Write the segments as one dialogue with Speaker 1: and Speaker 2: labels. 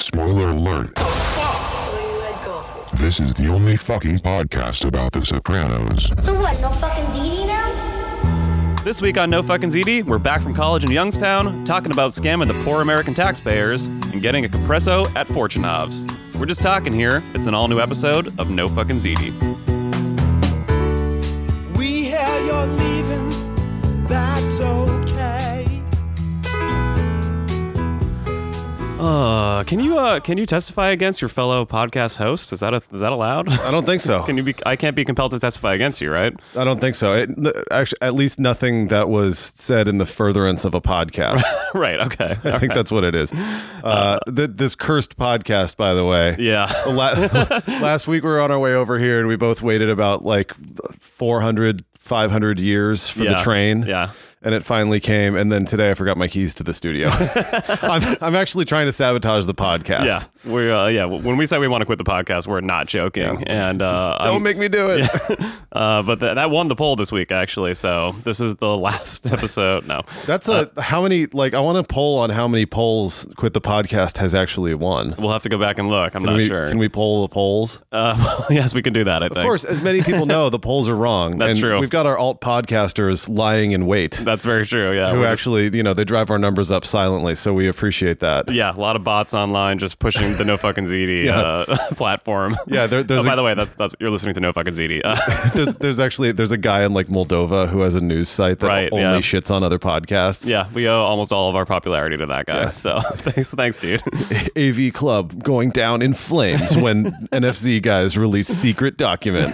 Speaker 1: Spoiler alert. This is the only fucking podcast about The Sopranos.
Speaker 2: So what, no fucking ZD now?
Speaker 3: This week on No Fucking ZD, we're back from college in Youngstown, talking about scamming the poor American taxpayers and getting a compresso at Fortune Hoves. We're just talking here. It's an all new episode of No Fucking ZD.
Speaker 4: We hear you're leaving, that's okay.
Speaker 3: Uh, can you uh, can you testify against your fellow podcast host? Is that a, is that allowed?
Speaker 5: I don't think so.
Speaker 3: Can you be? I can't be compelled to testify against you, right?
Speaker 5: I don't think so. It, actually, at least nothing that was said in the furtherance of a podcast.
Speaker 3: right. Okay.
Speaker 5: I think that's what it is. Uh, th- this cursed podcast, by the way.
Speaker 3: Yeah.
Speaker 5: The la- last week we were on our way over here and we both waited about like 400, 500 years for the
Speaker 3: Yeah.
Speaker 5: train.
Speaker 3: Yeah.
Speaker 5: And it finally came. And then today I forgot my keys to the studio. I'm, I'm actually trying to sabotage the podcast.
Speaker 3: Yeah. We uh, yeah. When we say we want to quit the podcast, we're not joking. And uh,
Speaker 5: Don't
Speaker 3: I'm-
Speaker 5: make me do it.
Speaker 3: uh, but th- that won the poll this week actually. So this is the last episode. No.
Speaker 5: That's a how many like I want to poll on how many polls quit the podcast has actually won.
Speaker 3: We'll have to go back and look. I'm
Speaker 5: Can
Speaker 3: not
Speaker 5: we,
Speaker 3: sure.
Speaker 5: Can we poll the polls?
Speaker 3: Uh, yes, we can do that. I think.
Speaker 5: of course, as many people know, the polls are wrong.
Speaker 3: That's
Speaker 5: and
Speaker 3: true.
Speaker 5: We've got our alt podcasters lying in wait, Uh,
Speaker 3: that's very true. Yeah,
Speaker 5: who
Speaker 3: We're just-
Speaker 5: actually, you know, they drive our numbers up silently. So we appreciate that.
Speaker 3: yeah, a lot of bots online just pushing the No Fucking ZD uh, platform.
Speaker 5: Yeah, there- there's
Speaker 3: Oh, by
Speaker 5: a-
Speaker 3: the way, that's that's you're listening to No Fucking ZD. Uh,
Speaker 5: There's, there's actually there's a guy in like Moldova who has a news site that
Speaker 3: Right,
Speaker 5: only
Speaker 3: yeah.
Speaker 5: shits on other podcasts.
Speaker 3: yeah, we owe almost all of our popularity to that guy. So thanks, thanks, dude.
Speaker 5: AV Club going down in flames when NFC guys release secret document.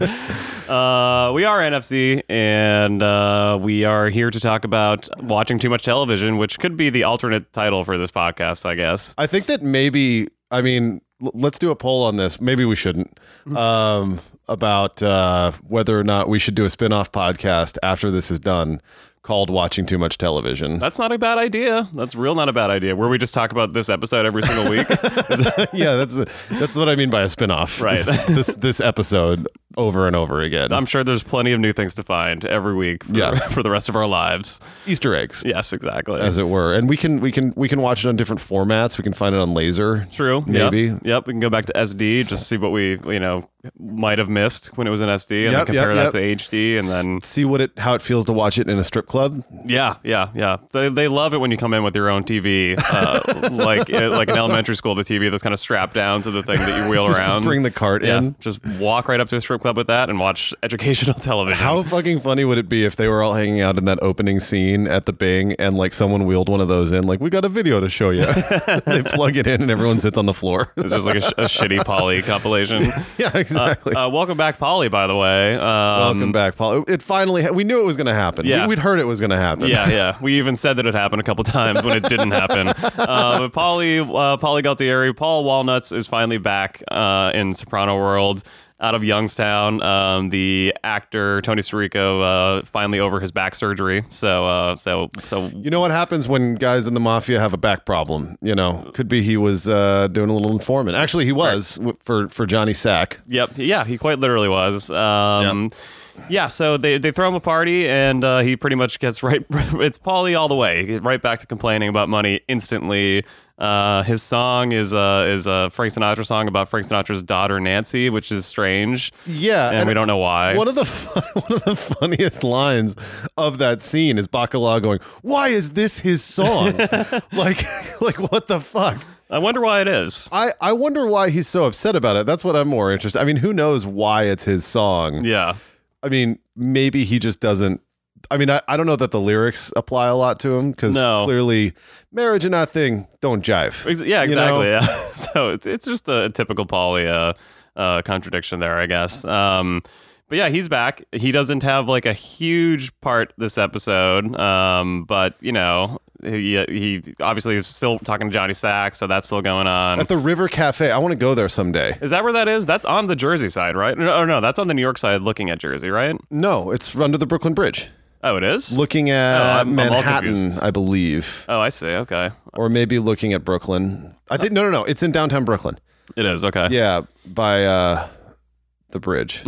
Speaker 3: Uh, we are NFC, and uh, we are here to talk about watching too much television, which could be the alternate title for this podcast, I guess.
Speaker 5: I think that maybe I mean l- let's do a poll on this. Maybe we shouldn't
Speaker 3: Mm-hmm.
Speaker 5: um, about uh, whether or not we should do a spin-off podcast after this is done called "Watching Too Much Television."
Speaker 3: That's not a bad idea. That's real not a bad idea. Where we just talk about this episode every single week.
Speaker 5: yeah, that's that's what I mean by a spin-off.
Speaker 3: Right.
Speaker 5: This this, this episode over and over again.
Speaker 3: I'm sure there's plenty of new things to find every week for,
Speaker 5: Yeah.
Speaker 3: for the rest of our lives.
Speaker 5: Easter eggs.
Speaker 3: Yes, exactly.
Speaker 5: As it were, and we can we can we can watch it on different formats. We can find it on laser.
Speaker 3: True.
Speaker 5: Maybe.
Speaker 3: Yep. Yep. We can go back to SD, just see what we, you know, might have missed when it was in SD and then
Speaker 5: Yep,
Speaker 3: compare
Speaker 5: yep,
Speaker 3: that to HD. And then,
Speaker 5: See what it how it feels to watch it in a strip club.
Speaker 3: yeah, yeah, yeah. They, they love it when you come in with your own TV, uh, like like in elementary school, the TV that's kind of strapped down to the thing that you wheel
Speaker 5: Just
Speaker 3: around.
Speaker 5: bring the cart
Speaker 3: yeah,
Speaker 5: in.
Speaker 3: Just walk right up to a strip club with that and watch educational television.
Speaker 5: How fucking funny would it be if they were all hanging out in that opening scene at the Bing and like someone wheeled one of those in, like, we got a video to show you. they plug it in and everyone sits on the floor.
Speaker 3: It's just like a, sh- a shitty Polly compilation.
Speaker 5: yeah, exactly.
Speaker 3: Uh, welcome back, Polly. By the way, um,
Speaker 5: Welcome back, Paul. It finally, ha- we knew it was going to happen.
Speaker 3: Yeah.
Speaker 5: We, would heard it was going to happen.
Speaker 3: Yeah, yeah. We even said that it happened a couple times when it didn't happen. Uh, but Polly, uh, Polly Galtieri, Paul Walnuts is finally back uh, in Soprano World out of Youngstown. Um, the actor Tony Sirico uh, finally over his back surgery. So, uh, so, so
Speaker 5: You know what happens when guys in the mafia have a back problem? You know, could be he was uh, doing a little informant. Actually, he was w- for, for Johnny Sack.
Speaker 3: Yep. Yeah, he quite literally was. Um, Yeah, so they, they throw him a party, and uh, he pretty much gets right. It's Paulie all the way. He gets right back to complaining about money instantly. Uh, his song is uh, is a Frank Sinatra song about Frank Sinatra's daughter Nancy, which is strange.
Speaker 5: Yeah,
Speaker 3: and, we don't know why.
Speaker 5: One of the fu- one of the funniest lines of that scene is Bacala going, "Why is this his song?" like, like what the fuck?
Speaker 3: I wonder why it is.
Speaker 5: I I wonder why he's so upset about it. That's what I'm more interested. I mean, who knows why it's his song?
Speaker 3: Yeah,
Speaker 5: I mean, maybe he just doesn't. I mean, I, I don't know that the lyrics apply a lot to him because
Speaker 3: No.
Speaker 5: clearly, marriage and that thing don't jive.
Speaker 3: Ex- yeah,
Speaker 5: You know?
Speaker 3: exactly. Yeah. So it's it's just a typical Polly uh, uh, contradiction there, I guess. Um, but yeah, he's back. He doesn't have like a huge part this episode, um, but you know, he, he obviously is still talking to Johnny Sack, so that's still going on.
Speaker 5: At the River Cafe, I want to go there someday.
Speaker 3: is that where that is? That's on the Jersey side, right? No, oh, no, that's on the New York side, looking at Jersey, right?
Speaker 5: No, it's under the Brooklyn Bridge,
Speaker 3: Oh, it is.
Speaker 5: looking at
Speaker 3: Oh, I'm- I'm all
Speaker 5: Manhattan,
Speaker 3: confused.
Speaker 5: I believe.
Speaker 3: Oh, I see. Okay,
Speaker 5: or maybe looking at Brooklyn. I think no, no, no. It's in downtown Brooklyn.
Speaker 3: it is. Okay.
Speaker 5: Yeah, by uh, the bridge.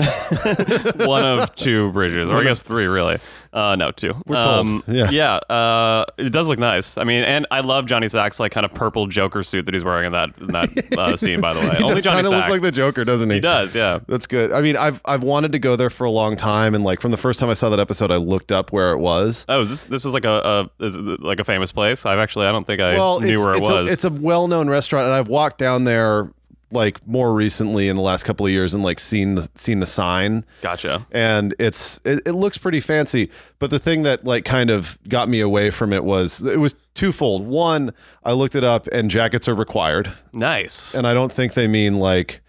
Speaker 3: one of two bridges, or I guess three, really. Uh, no, two. We're
Speaker 5: told. Yeah.
Speaker 3: yeah. Uh, it does look nice. I mean, and I love Johnny Sack's like kind of purple Joker suit that he's wearing in that in that uh, scene. By the way, only
Speaker 5: does
Speaker 3: Johnny
Speaker 5: kind of
Speaker 3: Sack.
Speaker 5: look like the Joker, doesn't he?
Speaker 3: he does. Yeah.
Speaker 5: That's good. I mean, I've I've wanted to go there for a long time, and like from the first time I saw that episode, I looked up where it was.
Speaker 3: Oh, is this this is like a, a is it like a famous place? I've actually I don't think I
Speaker 5: well,
Speaker 3: knew
Speaker 5: it's,
Speaker 3: where it
Speaker 5: it's
Speaker 3: was.
Speaker 5: A, it's a well-known restaurant, and I've walked down there like more recently in the last couple of years, and like seen the seen the sign.
Speaker 3: gotcha.
Speaker 5: and it's it, it looks pretty fancy but the thing that like kind of got me away from it was it was twofold one i looked it up and jackets are required
Speaker 3: Nice.
Speaker 5: and i don't think they mean like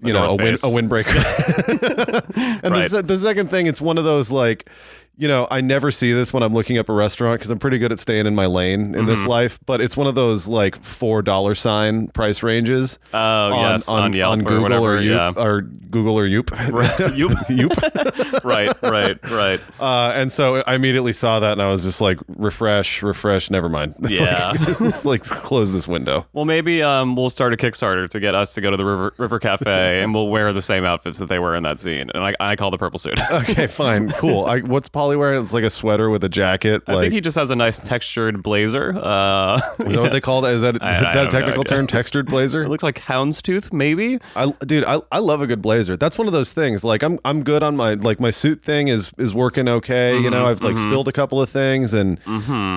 Speaker 5: you
Speaker 3: A
Speaker 5: know a,
Speaker 3: North
Speaker 5: win, a
Speaker 3: Face.
Speaker 5: windbreaker and
Speaker 3: Right.
Speaker 5: the, se- the second thing it's one of those like you know i never see this when i'm looking up a restaurant because i'm pretty good at staying in my lane in this
Speaker 3: Mm-hmm.
Speaker 5: life but it's one of those like four dollar sign price ranges
Speaker 3: oh yes, on, Yelp or
Speaker 5: google
Speaker 3: whatever.
Speaker 5: or, Yoop,
Speaker 3: yeah.
Speaker 5: or google or yoop
Speaker 3: Yoop. right. Right. Right.
Speaker 5: Uh, and so I immediately saw that and I was just like, refresh, refresh, never mind.
Speaker 3: Yeah.
Speaker 5: like, let's like close this window.
Speaker 3: Well, maybe um, we'll start a Kickstarter to get us to go to the River, river Cafe and we'll wear the same outfits that they were in that scene. And I, I call the purple suit. I
Speaker 5: Okay, fine, cool. I, what's Polly wearing? It's like a sweater with a jacket. like,
Speaker 3: think he just has a nice textured blazer. Uh,
Speaker 5: is that what they call that? Is that,
Speaker 3: I- I
Speaker 5: that
Speaker 3: have no
Speaker 5: a technical
Speaker 3: idea.
Speaker 5: term? Textured blazer?
Speaker 3: it looks like houndstooth, maybe.
Speaker 5: I, dude, I, I love a good blazer. That's one of those things. Like I'm I'm good on my like my suit thing is is working okay. you
Speaker 3: Mm-hmm,
Speaker 5: know, I've like spilled a couple of things and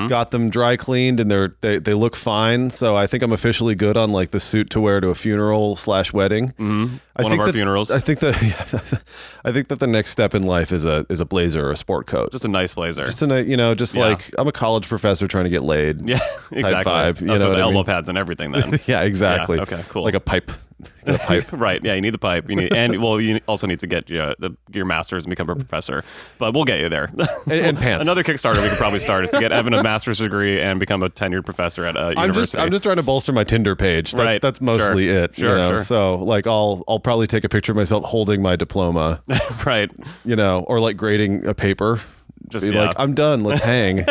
Speaker 5: got them dry cleaned and they're they, they look fine. So I think I'm officially good on like the suit to wear to a funeral slash wedding. Mm-hmm. I
Speaker 3: One of
Speaker 5: think
Speaker 3: our
Speaker 5: that-
Speaker 3: funerals.
Speaker 5: I think that I think that the next step in life is a is a blazer or a sport coat. Just
Speaker 3: Just a nice blazer.
Speaker 5: just a, you know, just like I'm a college professor trying to get laid.
Speaker 3: yeah, exactly.
Speaker 5: vibe, you
Speaker 3: oh,
Speaker 5: know
Speaker 3: so
Speaker 5: what
Speaker 3: the
Speaker 5: I
Speaker 3: elbow
Speaker 5: mean?
Speaker 3: pads and everything then.
Speaker 5: Yeah, exactly.
Speaker 3: Yeah, okay, cool.
Speaker 5: Like a pipe. Get a pipe.
Speaker 3: Right. Yeah, you need the pipe. You need, and well, you also need to get your, the, your master's and become a professor. But we'll get you there.
Speaker 5: And- and pants.
Speaker 3: Another Kickstarter we could probably start is to get Evan a master's degree and become a tenured professor at a university.
Speaker 5: I'm just I'm just trying to bolster my Tinder page. That's
Speaker 3: Right.
Speaker 5: that's mostly
Speaker 3: Sure.
Speaker 5: it.
Speaker 3: Sure,
Speaker 5: you know?
Speaker 3: sure.
Speaker 5: So like I'll I'll probably take a picture of myself holding my diploma,
Speaker 3: right.
Speaker 5: you know, or like grading a paper.
Speaker 3: Just,
Speaker 5: Be
Speaker 3: yeah.
Speaker 5: like, I'm done, let's hang.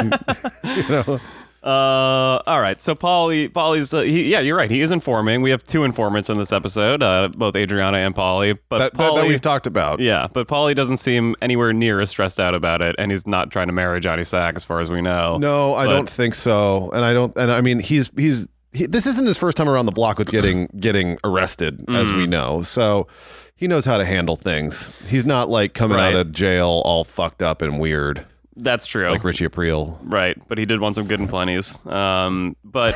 Speaker 3: Uh, all right. So Polly, Polly's, uh, he, yeah, you're right. He is informing. We have two informants in this episode, uh, both Adriana and Polly. But
Speaker 5: that, that, that
Speaker 3: Polly,
Speaker 5: we've talked about.
Speaker 3: yeah, but Polly doesn't seem anywhere near as stressed out about it, and he's not trying to marry Johnny Sack, as far as we know.
Speaker 5: No, I
Speaker 3: But-
Speaker 5: don't think so. And I don't and I mean he's he's he, this isn't his first time around the block with getting getting arrested, as
Speaker 3: Mm.
Speaker 5: we know. So he knows how to handle things. He's not like coming
Speaker 3: Right.
Speaker 5: out of jail all fucked up and weird,
Speaker 3: that's true.
Speaker 5: like Richie April.
Speaker 3: Right, but he did want some good and plenties. Um, but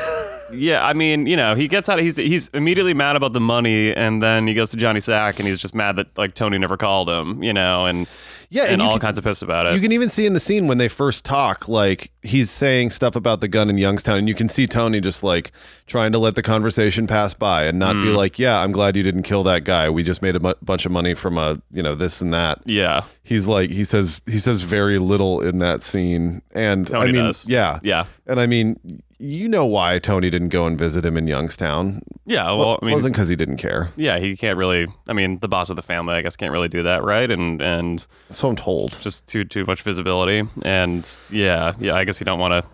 Speaker 3: yeah, I mean, you know, he gets out. He's he's immediately mad about the money, and then he goes to Johnny Sack, and he's just mad that like Tony never called him, you know, and
Speaker 5: Yeah,
Speaker 3: and,
Speaker 5: you
Speaker 3: all
Speaker 5: can-
Speaker 3: kinds of pissed about it.
Speaker 5: You can even see in the scene when they first talk, like he's saying stuff about the gun in Youngstown, and you can see Tony just like trying to let the conversation pass by and not be
Speaker 3: Mm.
Speaker 5: like, "Yeah, I'm glad you didn't kill that guy. We just made a bu- bunch of money from a you know this and that."
Speaker 3: yeah,
Speaker 5: He's like, he says, he says very little in that scene, and
Speaker 3: Tony
Speaker 5: I mean,
Speaker 3: does.
Speaker 5: yeah,
Speaker 3: yeah,
Speaker 5: and I mean, you know why Tony didn't go and visit him in Youngstown?
Speaker 3: yeah. Well, I
Speaker 5: it
Speaker 3: mean,
Speaker 5: wasn't because he didn't care.
Speaker 3: yeah, he can't really. I mean, the boss of the family, I guess, can't really do that, right? And and
Speaker 5: So I'm told.
Speaker 3: just too too much visibility, and yeah, yeah. I guess you don't want to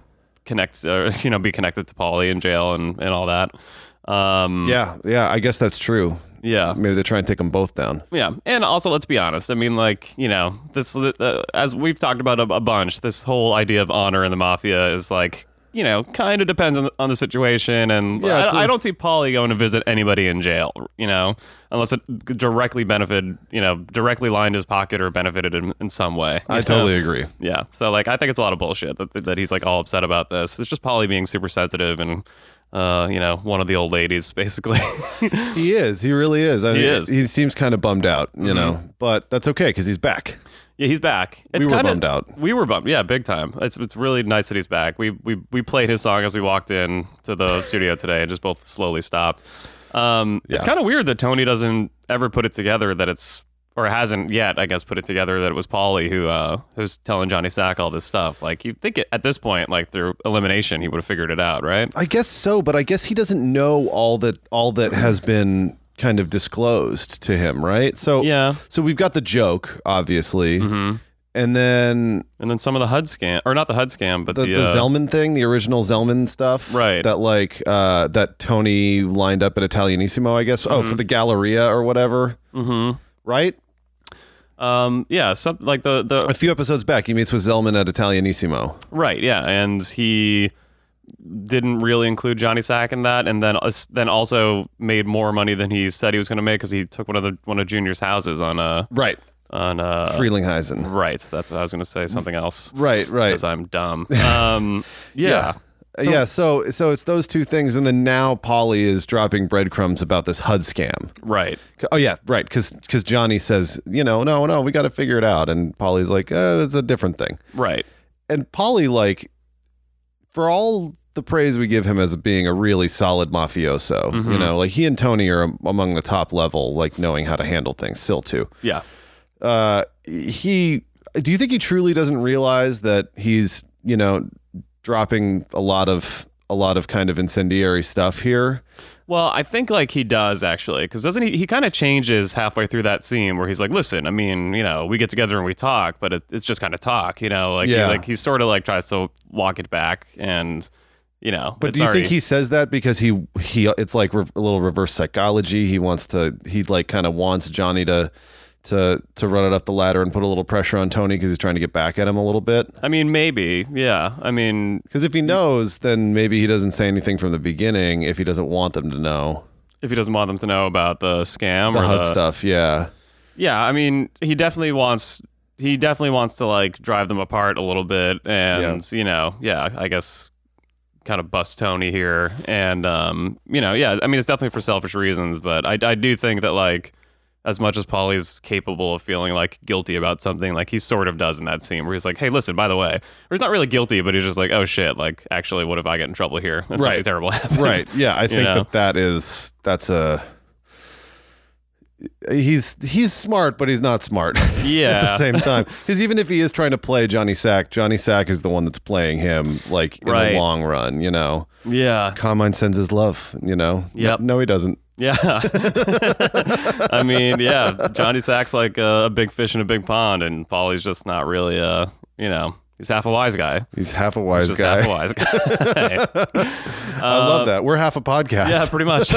Speaker 3: connect, or, you know, be connected to Polly in jail and and all that. Um,
Speaker 5: Yeah, yeah, I guess that's true.
Speaker 3: yeah.
Speaker 5: Maybe they try and take them both down.
Speaker 3: Yeah, and also let's be honest. I mean, like you know, this uh, as we've talked about a, a bunch. This whole idea of honor in the mafia is like you know, kind of depends on, on the situation. And
Speaker 5: Yeah,
Speaker 3: I
Speaker 5: it's a-
Speaker 3: I, I don't see Polly going to visit anybody in jail. You know, unless it directly benefited, you know, directly lined his pocket or benefited him in some way.
Speaker 5: I
Speaker 3: you
Speaker 5: totally
Speaker 3: know?
Speaker 5: agree.
Speaker 3: Yeah. So like, I think it's a lot of bullshit that that he's like all upset about this. It's just Polly being super sensitive and. Uh, you know, one of the old ladies, basically.
Speaker 5: He is. He really is. I mean,
Speaker 3: is. Mm-hmm.
Speaker 5: He seems kind of bummed out, you know, but that's okay because he's back.
Speaker 3: Yeah, he's back. It's
Speaker 5: were
Speaker 3: kinda-
Speaker 5: bummed out.
Speaker 3: We were bummed. Yeah, big time. It's it's really nice that he's back. We we we played his song as we walked in to the studio today and just both slowly stopped. Um, It's
Speaker 5: Yeah.
Speaker 3: kind of weird that Tony doesn't ever put it together that it's or hasn't yet, I guess, put it together that it was Paulie who uh, who's telling Johnny Sack all this stuff. Like you think it, at this point, like through elimination, he would have figured it out, right?
Speaker 5: I guess so, but I guess he doesn't know all that all that has been kind of disclosed to him, right? So
Speaker 3: Yeah. Mm-hmm.
Speaker 5: So we've got the joke, obviously, and then
Speaker 3: And then some of the HUD scam, or not the HUD scam, but
Speaker 5: the,
Speaker 3: the,
Speaker 5: the
Speaker 3: uh,
Speaker 5: Zelman thing, the original Zelman stuff,
Speaker 3: Right.
Speaker 5: That like uh, that Tony lined up at Italianissimo, I guess. Oh, for the Galleria or whatever, mm-hmm. right?
Speaker 3: Um, yeah, something like the the
Speaker 5: A few episodes back, he meets with Zellman at Italianissimo.
Speaker 3: Right. Yeah, and he didn't really include Johnny Sack in that, and then then also made more money than he said he was going to make because he took one of the one of Junior's houses on a
Speaker 5: Right.
Speaker 3: on a
Speaker 5: Freelingheisen.
Speaker 3: right. That's what I was going to say something else.
Speaker 5: Right, right.
Speaker 3: Because I'm dumb. Um, yeah.
Speaker 5: So, yeah, so so it's those two things, and then now Polly is dropping breadcrumbs about this HUD scam.
Speaker 3: Right.
Speaker 5: Oh yeah, right. Because Johnny says, you know, no, no, we got to figure it out, and Polly's like, uh, it's a different thing.
Speaker 3: Right.
Speaker 5: And Polly, like, for all the praise we give him as being a really solid mafioso, you know, like he and Tony are am- among the top level, like knowing how to handle things. Still, too.
Speaker 3: Yeah.
Speaker 5: Uh, he, do you think he truly doesn't realize that he's, you know, dropping a lot of a lot of kind of incendiary stuff here?
Speaker 3: Well, I think like he does actually, because doesn't he? He kind of changes halfway through that scene where he's like, "Listen, I mean, you know, we get together and we talk, but it, it's just kind of talk, you know." Like, he,
Speaker 5: Yeah.
Speaker 3: like he sort of like tries to walk it back, and you know,
Speaker 5: But
Speaker 3: it's
Speaker 5: do you
Speaker 3: already-
Speaker 5: think he says that because he he it's like re- a little reverse psychology? He wants to he like kind of wants Johnny to to to run it up the ladder and put a little pressure on Tony because he's trying to get back at him a little bit.
Speaker 3: I mean, maybe, yeah. I mean,
Speaker 5: Because if he knows, then maybe he doesn't say anything from the beginning if he doesn't want them to know
Speaker 3: if he doesn't want them to know about the scam
Speaker 5: the
Speaker 3: or
Speaker 5: HUD
Speaker 3: the
Speaker 5: stuff. Yeah,
Speaker 3: yeah, I mean, he definitely wants he definitely wants to like drive them apart a little bit, and you know, yeah, I guess kind of bust Tony here, and um, you know, yeah, I mean, it's definitely for selfish reasons, but I I do think that like. As much as Polly's capable of feeling like guilty about something, like he sort of does in that scene where he's like, "Hey, listen, by the way," or he's not really guilty, but he's just like, "Oh shit! Like, actually, what if I get in trouble here? That's something
Speaker 5: Right.
Speaker 3: terrible happens."
Speaker 5: right. Yeah, I think
Speaker 3: know.
Speaker 5: that that is that's a he's he's smart, but he's not smart. at the
Speaker 3: Yeah.
Speaker 5: same time. Because even if he is trying to play Johnny Sack, Johnny Sack is the one that's playing him, like in
Speaker 3: Right.
Speaker 5: the long run, you know.
Speaker 3: Yeah.
Speaker 5: Carmine sends his love, you know.
Speaker 3: Yep.
Speaker 5: No, no, he doesn't.
Speaker 3: Yeah. I mean, yeah, Johnny Sack's like a, a big fish in a big pond, and Polly's just not really, uh, you know, he's half a wise guy.
Speaker 5: He's half a wise
Speaker 3: He's just
Speaker 5: guy.
Speaker 3: half a wise guy.
Speaker 5: I love that. We're half a podcast.
Speaker 3: yeah, pretty much.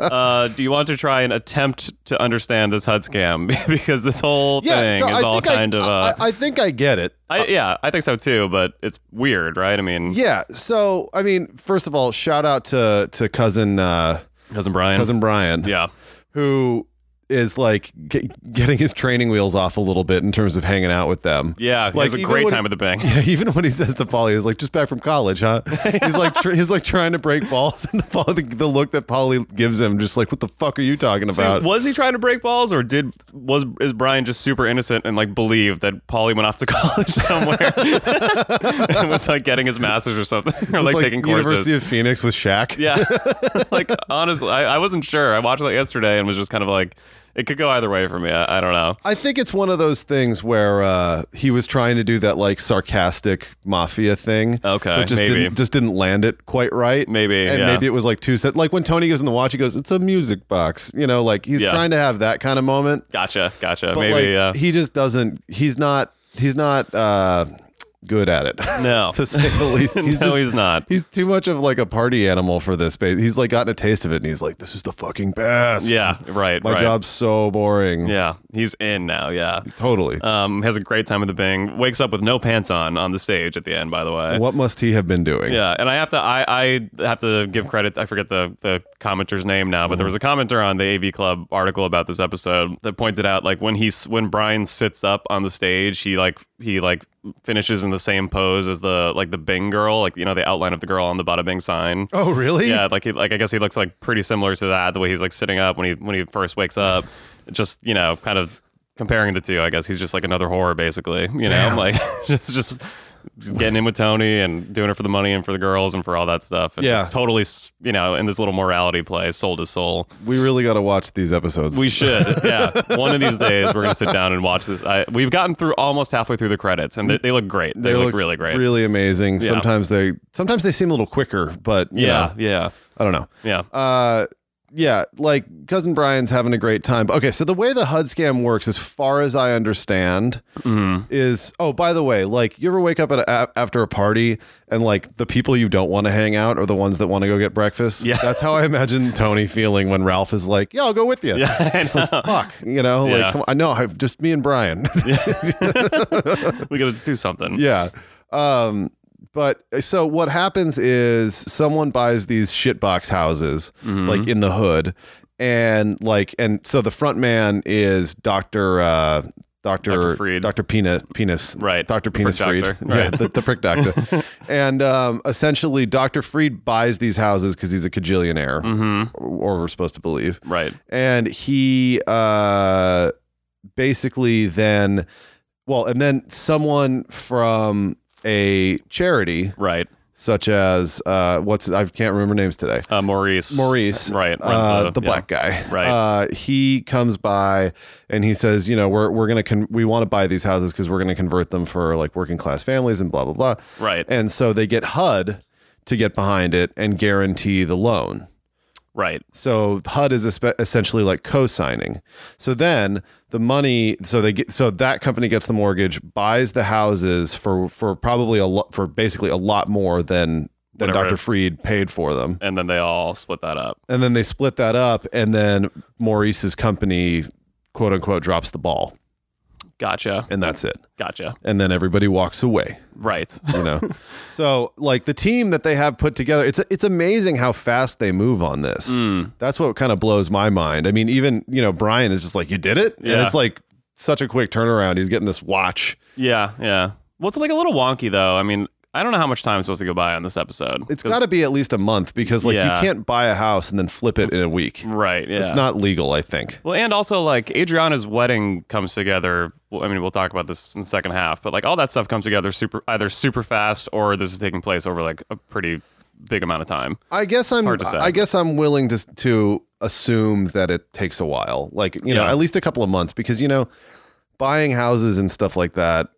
Speaker 3: uh, do you want to try and attempt to understand this HUD scam? because this whole
Speaker 5: Yeah,
Speaker 3: thing
Speaker 5: so
Speaker 3: is
Speaker 5: I
Speaker 3: all
Speaker 5: think I-
Speaker 3: kind of. Uh,
Speaker 5: I, I think I get it.
Speaker 3: I, yeah, I think so too, but it's weird, right? I mean,
Speaker 5: Yeah. So I mean, first of all, shout out to to cousin uh,
Speaker 3: cousin Brian.
Speaker 5: cousin Brian.
Speaker 3: yeah.
Speaker 5: Who is like ge- getting his training wheels off a little bit in terms of hanging out with them.
Speaker 3: Yeah, he
Speaker 5: Like,
Speaker 3: has a
Speaker 5: even
Speaker 3: great
Speaker 5: when-
Speaker 3: time at the bank.
Speaker 5: Yeah, even when he says to Polly, he's like, just back from college, huh? He's like, tr- he's like trying to break balls, and the, Polly, the, the look that Polly gives him, just like, what the fuck are you talking
Speaker 3: See,
Speaker 5: about?
Speaker 3: was he trying to break balls, or did was is Brian just super innocent and like believed that Polly went off to college somewhere and was like getting his master's or something, or like, taking courses?
Speaker 5: University of Phoenix with Shaq.
Speaker 3: yeah, like honestly, I, I wasn't sure. I watched that yesterday and was just kind of like, it could go either way for me. I, I don't know.
Speaker 5: I think it's one of those things where uh, he was trying to do that like sarcastic mafia thing.
Speaker 3: Okay,
Speaker 5: but just
Speaker 3: maybe.
Speaker 5: didn't just didn't land it quite right.
Speaker 3: Maybe,
Speaker 5: and
Speaker 3: yeah.
Speaker 5: maybe it was like two set. Like when Tony goes in the watch, he goes, "It's a music box," you know. Like he's
Speaker 3: Yeah.
Speaker 5: trying to have that kind of moment.
Speaker 3: Gotcha, gotcha.
Speaker 5: but
Speaker 3: Maybe
Speaker 5: like,
Speaker 3: uh,
Speaker 5: he just doesn't he's not he's not uh good at it
Speaker 3: No.
Speaker 5: to say the least he's
Speaker 3: No,
Speaker 5: just
Speaker 3: he's not.
Speaker 5: he's too much of like a party animal for this space he's like gotten a taste of it and he's like this is the fucking best
Speaker 3: yeah, right,
Speaker 5: my
Speaker 3: right.
Speaker 5: job's so boring
Speaker 3: Yeah, he's in now. Yeah.
Speaker 5: totally
Speaker 3: Um, has a great time at the Bing. Wakes up with no pants on on the stage at the end. By the way,
Speaker 5: what must he have been doing
Speaker 3: Yeah, and I have to I, I have to give credit. I forget the the commenter's name now, but
Speaker 5: Mm-hmm.
Speaker 3: there was a commenter on the AV Club article about this episode that pointed out like when he's when Brian sits up on the stage, he like he like finishes in the same pose as the like the Bing girl, like you know the outline of the girl on the Bada Bing sign.
Speaker 5: oh really
Speaker 3: Yeah, like he like I guess he looks like pretty similar to that the way he's like sitting up when he when he first wakes up. Just you know, kind of comparing the two. I guess he's just like another horror basically. You know, like just just getting in with Tony and doing it for the money and for the girls and for all that stuff. It's
Speaker 5: Yeah.
Speaker 3: just totally s- you know in this little morality play, soul to soul.
Speaker 5: we really got to watch these episodes
Speaker 3: We should, yeah. One of these days we're gonna sit down and watch this. I, we've gotten through almost halfway through the credits and they, they look great. They, look, really great.
Speaker 5: really amazing
Speaker 3: Yeah.
Speaker 5: sometimes they sometimes they seem a little quicker but you
Speaker 3: yeah,
Speaker 5: know,
Speaker 3: yeah,
Speaker 5: i don't know
Speaker 3: yeah.
Speaker 5: uh yeah, like cousin Brian's having a great time. Okay, so the way the HUD scam works, as far as I understand,
Speaker 3: Mm-hmm.
Speaker 5: is oh, by the way, like you ever wake up at a, a- after a party and like the people you don't want to hang out are the ones that want to go get breakfast.
Speaker 3: Yeah.
Speaker 5: that's how I imagine Tony feeling when Ralph is like, "Yeah, I'll go with you."
Speaker 3: Yeah, I
Speaker 5: It's like
Speaker 3: know.
Speaker 5: fuck, you know,
Speaker 3: Yeah.
Speaker 5: like come on, I know, I've just me and Brian.
Speaker 3: we gotta do something.
Speaker 5: Yeah. Um, but so what happens is someone buys these shitbox houses
Speaker 3: Mm-hmm.
Speaker 5: like in the hood and like and so the front man is Dr. Uh, Dr.
Speaker 3: Dr. Fried.
Speaker 5: Dr. Penis, penis,
Speaker 3: Right.
Speaker 5: Dr.
Speaker 3: The prick
Speaker 5: Penis Fried,
Speaker 3: doctor.
Speaker 5: yeah,
Speaker 3: Right.
Speaker 5: the, the prick doctor, and um, essentially Dr. Fried buys these houses because he's a cajillionaire,
Speaker 3: Mm.
Speaker 5: or we're supposed to believe,
Speaker 3: Mm-hmm. Right.
Speaker 5: and he uh basically then well and then someone from a charity
Speaker 3: Right.
Speaker 5: such as uh what's i can't remember names today
Speaker 3: Uh, Maurice.
Speaker 5: maurice
Speaker 3: Right.
Speaker 5: uh,
Speaker 3: Renzo,
Speaker 5: the
Speaker 3: yeah.
Speaker 5: black guy
Speaker 3: Right.
Speaker 5: uh he comes by and he says you know we're we're gonna con- we want to buy these houses because we're gonna convert them for like working class families and blah blah blah
Speaker 3: Right.
Speaker 5: and so they get hud to get behind it and guarantee the loan
Speaker 3: Right.
Speaker 5: so HUD is espe- essentially like co-signing. So then the money, so they get, so that company gets the mortgage, buys the houses for for probably a lot for basically a lot more than than
Speaker 3: Whatever.
Speaker 5: Dr. Freed paid for them,
Speaker 3: And then they all split that up.
Speaker 5: and then they split that up, and then Maurice's company, quote unquote, drops the ball,
Speaker 3: Gotcha.
Speaker 5: and that's it,
Speaker 3: Gotcha.
Speaker 5: and then everybody walks away.
Speaker 3: Right.
Speaker 5: You know, so like the team that they have put together, it's it's amazing how fast they move on this.
Speaker 3: Hmm.
Speaker 5: That's what kind of blows my mind. I mean, even you know Brian is just like, "You did it," and
Speaker 3: Yeah.
Speaker 5: it's like such a quick turnaround. He's getting this watch.
Speaker 3: Yeah, yeah. Well, it's like a little wonky though. I mean, I don't know how much time is supposed to go by on this episode.
Speaker 5: It's
Speaker 3: 'Cause-
Speaker 5: got to be at least a month because like
Speaker 3: Yeah.
Speaker 5: you can't buy a house and then flip it in a week.
Speaker 3: right. Yeah,
Speaker 5: It's not legal, I think.
Speaker 3: Well, and also like Adriana's wedding comes together. Well, I mean, we'll talk about this in the second half, but like all that stuff comes together super either super fast or this is taking place over like a pretty big amount of time.
Speaker 5: I guess I'm.
Speaker 3: hard to say.
Speaker 5: I guess I'm willing to to assume that it takes a while, like you know,
Speaker 3: Yeah.
Speaker 5: at least a couple of months, because you know, buying houses and stuff like that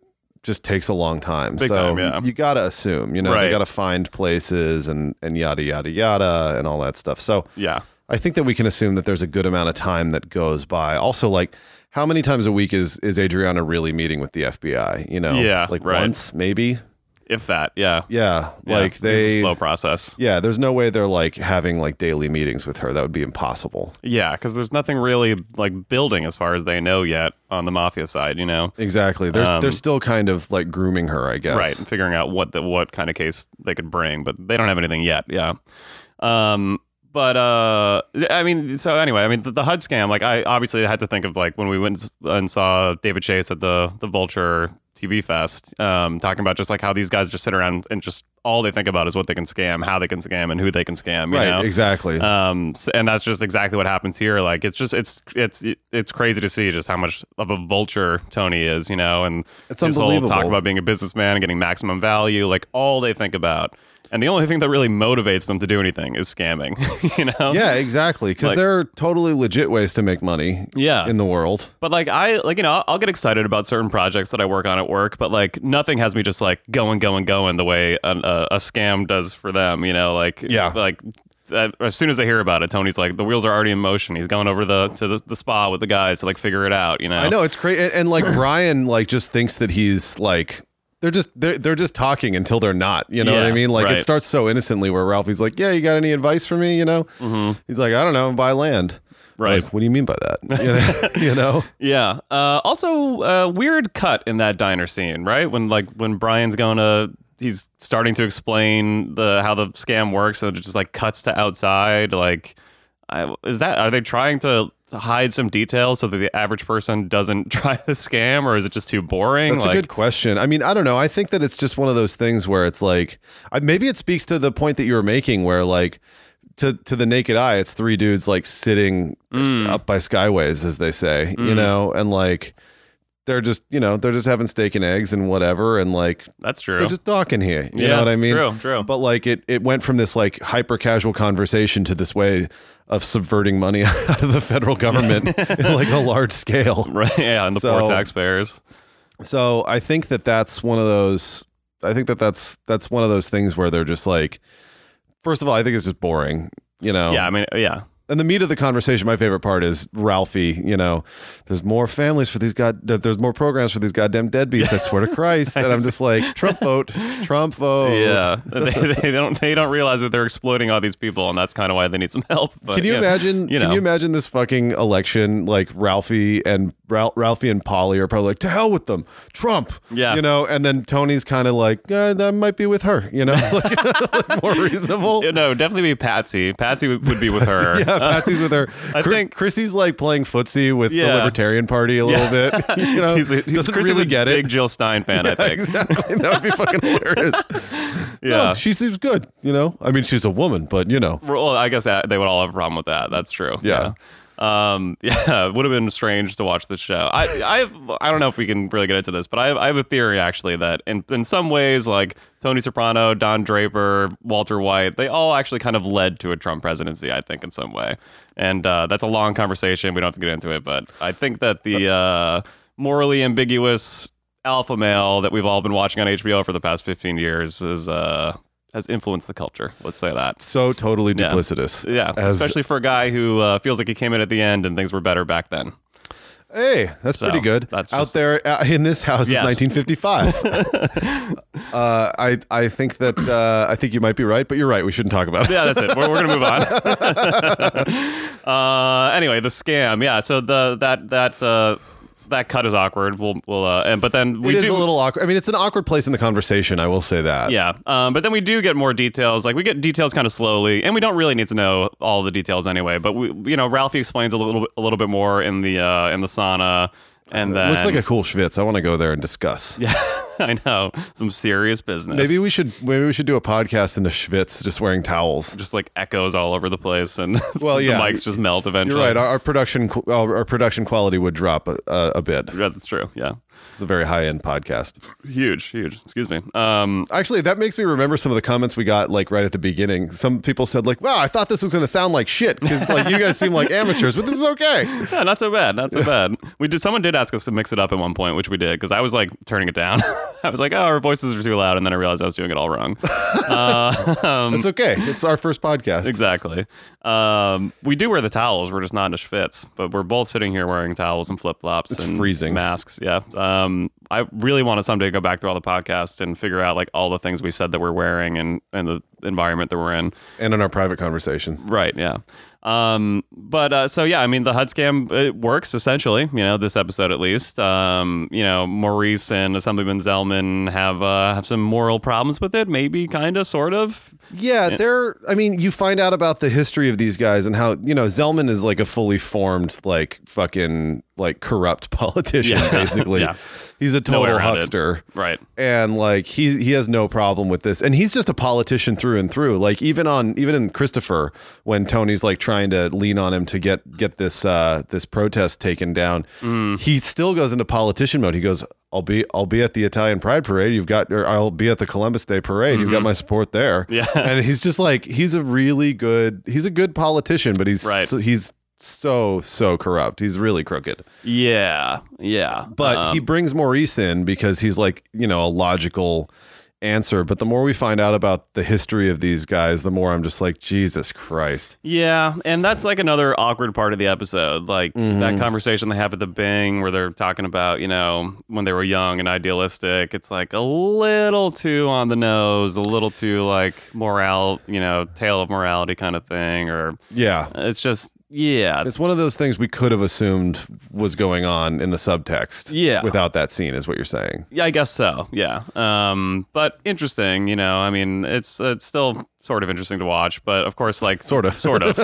Speaker 5: just takes a long time.
Speaker 3: Big
Speaker 5: so
Speaker 3: time, yeah.
Speaker 5: you gotta assume, you know, they
Speaker 3: Right.
Speaker 5: gotta find places and and yada yada yada and all that stuff. So
Speaker 3: Yeah.
Speaker 5: I think that we can assume that there's a good amount of time that goes by. Also, like how many times a week is is Adriana really meeting with the FBI? You know,
Speaker 3: Yeah,
Speaker 5: like
Speaker 3: right.
Speaker 5: once maybe.
Speaker 3: If that. Yeah.
Speaker 5: Yeah,
Speaker 3: Yeah.
Speaker 5: like
Speaker 3: It's a
Speaker 5: they
Speaker 3: slow process.
Speaker 5: yeah, there's no way they're like having like daily meetings with her. That would be impossible.
Speaker 3: Yeah, because there's nothing really like building as far as they know yet on the mafia side. You know.
Speaker 5: Exactly. They're
Speaker 3: Um,
Speaker 5: they're still kind of like grooming her, I guess.
Speaker 3: right and figuring out what the what kind of case they could bring but they don't have anything yet yeah um but uh i mean so anyway i mean the, the hud scam like i obviously had to think of like when we went and saw david chase at the the vulture tv fest um talking about just like how these guys just sit around and just all they think about is what they can scam how they can scam and who they can scam you
Speaker 5: Right.
Speaker 3: know?
Speaker 5: Exactly.
Speaker 3: um s- and that's just exactly what happens here like it's just it's it's it's crazy to see just how much of a vulture tony is you know and
Speaker 5: It's
Speaker 3: his whole talk
Speaker 5: unbelievable.
Speaker 3: about being a businessman and getting maximum value like all they think about and the only thing that really motivates them to do anything is scamming you know
Speaker 5: yeah, exactly. Because
Speaker 3: like-
Speaker 5: there are totally legit ways to make money.
Speaker 3: Yeah.
Speaker 5: In the world.
Speaker 3: but like i like you know I'll- i'll get excited about certain projects that i work on at work but like nothing has me just like going going going the way an, a, a scam does for them you know like
Speaker 5: Yeah.
Speaker 3: like uh, as soon as they hear about it tony's like the wheels are already in motion he's going over the to the, the spa with the guys to like figure it out you know
Speaker 5: I know it's crazy, and, and, like Brian like just thinks that he's like. They're just they're, they're just talking until they're not. You know what I
Speaker 3: Yeah,
Speaker 5: mean? Like it
Speaker 3: right.
Speaker 5: starts so innocently where Ralphie's like, "Yeah, you got any advice for me?" You know, he's like, "I don't know, buy land."
Speaker 3: Mm-hmm. Right.
Speaker 5: Like, what do you mean by that? you know?
Speaker 3: yeah uh also uh weird cut in that diner scene right when like when brian's gonna he's starting to explain the how the scam works and it just like cuts to outside like I, is that are they trying to hide some details so that the average person doesn't try the scam or is it just too boring
Speaker 5: That's
Speaker 3: like
Speaker 5: a good question. I mean, I don't know. I think that it's just one of those things where it's like, I, maybe it speaks to the point that you were making, where like to to the naked eye, it's three dudes like sitting
Speaker 3: Mm.
Speaker 5: up by skyways, as they say, you know, and like they're just you know they're just having steak and eggs and whatever, and like
Speaker 3: that's true
Speaker 5: they're just talking here. You know
Speaker 3: Yeah,
Speaker 5: what I mean?
Speaker 3: true, true.
Speaker 5: But like it it went from this like hyper casual conversation to this way of subverting money out of the federal government in like a large scale.
Speaker 3: right yeah and the poor
Speaker 5: So-
Speaker 3: taxpayers
Speaker 5: So I think that that's one of those. I think that that's that's one of those things where they're just like, first of all, I think it's just boring, you know.
Speaker 3: yeah i mean yeah
Speaker 5: And the meat of the conversation, my favorite part is Ralphie. You know, there's more families for these god. th- There's more programs for these goddamn deadbeats. I swear to Christ. and I'm just like Trump vote, Trump vote.
Speaker 3: Yeah, they, they don't they don't realize that they're exploiting all these people, and that's kind of why they need some help. But,
Speaker 5: Can you
Speaker 3: yeah,
Speaker 5: imagine?
Speaker 3: You know,
Speaker 5: Can you imagine this fucking election? Like Ralphie and Ral- Ralphie and Polly are probably like, to hell with them, Trump.
Speaker 3: Yeah.
Speaker 5: you know. And then Tony's kind of like, uh, I might be with her. You know, like, like, more reasonable.
Speaker 3: Uh, No, definitely be Patsy. Patsy would, would be with her.
Speaker 5: Yeah, Patsy's with her.
Speaker 3: I
Speaker 5: Chr-
Speaker 3: think-
Speaker 5: Chrissy's like playing footsie with
Speaker 3: Yeah.
Speaker 5: the Libertarian Party a little bit. You know,
Speaker 3: He's a, he's,
Speaker 5: doesn't
Speaker 3: Chris is
Speaker 5: really
Speaker 3: a
Speaker 5: get
Speaker 3: big
Speaker 5: it.
Speaker 3: Jill Stein fan, I
Speaker 5: Yeah,
Speaker 3: think.
Speaker 5: exactly. That would be fucking hilarious.
Speaker 3: Yeah.
Speaker 5: No, she seems good. You know, I mean, she's a woman, but you know,
Speaker 3: Well, I guess that, they would all have a problem with that. That's true. Yeah.
Speaker 5: Yeah.
Speaker 3: Um, yeah, it would have been strange to watch this show. I, I, have, I don't know if we can really get into this, but I have, I have a theory actually that in, in some ways, like Tony Soprano, Don Draper, Walter White, they all actually kind of led to a Trump presidency, I think, in some way. And uh, that's a long conversation. We don't have to get into it, but I think that the uh, morally ambiguous alpha male that we've all been watching on HBO for the past 15 years is, uh, has influenced the culture. Let's say that.
Speaker 5: so totally
Speaker 3: Yeah.
Speaker 5: duplicitous.
Speaker 3: Yeah,
Speaker 5: As-
Speaker 3: especially for a guy who uh, feels like he came in at the end and things were better back then.
Speaker 5: Hey, that's
Speaker 3: So,
Speaker 5: pretty good.
Speaker 3: that's
Speaker 5: out
Speaker 3: just-
Speaker 5: there uh, in this house.
Speaker 3: Yes.
Speaker 5: It's 1955. uh, I I think that uh, I think you might be right, but you're right. We shouldn't talk about it.
Speaker 3: Yeah, that's it. We're, we're gonna move on. uh, anyway, the scam. Yeah, so the that that uh, that cut is awkward. We'll we'll uh, and but then we
Speaker 5: it is
Speaker 3: do
Speaker 5: a little awkward. I mean, it's an awkward place in the conversation. I will say that.
Speaker 3: Yeah, um, but then we do get more details. Like we get details kind of slowly, and we don't really need to know all the details anyway. But we, you know, Ralphie explains a little bit- a little bit more in the uh, in the sauna, and then
Speaker 5: Looks like a cool schwitz. I want to go there and discuss.
Speaker 3: yeah, I know some serious business.
Speaker 5: Maybe we should maybe we should do a podcast in the Schwitz just wearing towels.
Speaker 3: just like echoes all over the place, and
Speaker 5: Well, yeah.
Speaker 3: the mics just melt
Speaker 5: You're
Speaker 3: eventually.
Speaker 5: right. Our, our production qu- our, our production quality would drop a, a, a bit.
Speaker 3: Yeah, that's true. Yeah,
Speaker 5: It's a very high end podcast.
Speaker 3: huge, huge. Excuse me. Um,
Speaker 5: Actually, that makes me remember some of the comments we got like right at the beginning. Some people said like, "Wow, I thought this was going to sound like shit because like you guys seem like amateurs, but this is okay."
Speaker 3: yeah, not so bad. Not so bad. We did. Someone did ask us to mix it up at one point, which we did because I was like turning it down. I was like, oh, our voices are too loud, and then I realized I was doing it all wrong.
Speaker 5: it's okay. It's our first podcast.
Speaker 3: exactly. Um, we do wear the towels. We're just not in a schwitz, but we're both sitting here wearing towels and flip flops and
Speaker 5: freezing.
Speaker 3: masks. Yeah. Um, I really want to someday go back through all the podcasts and figure out like all the things we said that we're wearing and and the environment that we're in.
Speaker 5: And in our private conversations.
Speaker 3: Right. Yeah. Um, but uh, so yeah, I mean the HUD scam it works essentially. You know, this episode at least. Um, you know, Maurice and Assemblyman Zellman have uh, have some moral problems with it. Maybe, kind of, sort of.
Speaker 5: Yeah, they're I mean, you find out about the history of these guys and how, you know, Zelman is like a fully formed like fucking like corrupt politician
Speaker 3: Yeah.
Speaker 5: basically.
Speaker 3: Yeah.
Speaker 5: He's a
Speaker 3: way
Speaker 5: total
Speaker 3: around it.
Speaker 5: huckster.
Speaker 3: Right.
Speaker 5: and like he he has no problem with this and he's just a politician through and through like even on even in christopher when tony's like trying to lean on him to get get this uh this protest taken down
Speaker 3: Mm.
Speaker 5: he still goes into politician mode he goes i'll be i'll be at the italian pride parade you've got or i'll be at the columbus day parade you've got my support there
Speaker 3: Mm-hmm. Yeah.
Speaker 5: and he's just like he's a really good he's a good politician but he's
Speaker 3: Right.
Speaker 5: so, he's so so corrupt he's really crooked
Speaker 3: Yeah. Yeah.
Speaker 5: but he
Speaker 3: Um,
Speaker 5: brings Maurice in because he's like, you know, a logical answer. But the more we find out about the history of these guys, the more I'm just like, Jesus Christ.
Speaker 3: Yeah, and that's like another awkward part of the episode, like that conversation they have at the Bing where they're talking about, you know, when they were young and idealistic. It's like a little too on the nose, a little too like moral, you know, tale of morality kind of thing, or
Speaker 5: Yeah.
Speaker 3: it's just yeah, it's,
Speaker 5: It's one of those things we could have assumed was going on in the subtext.
Speaker 3: Yeah.
Speaker 5: Without that scene, is what you're saying.
Speaker 3: yeah, I guess so, yeah. Um, but interesting, you know. I mean, it's it's still sort of interesting to watch, but of course, like
Speaker 5: Sort of.
Speaker 3: sort of,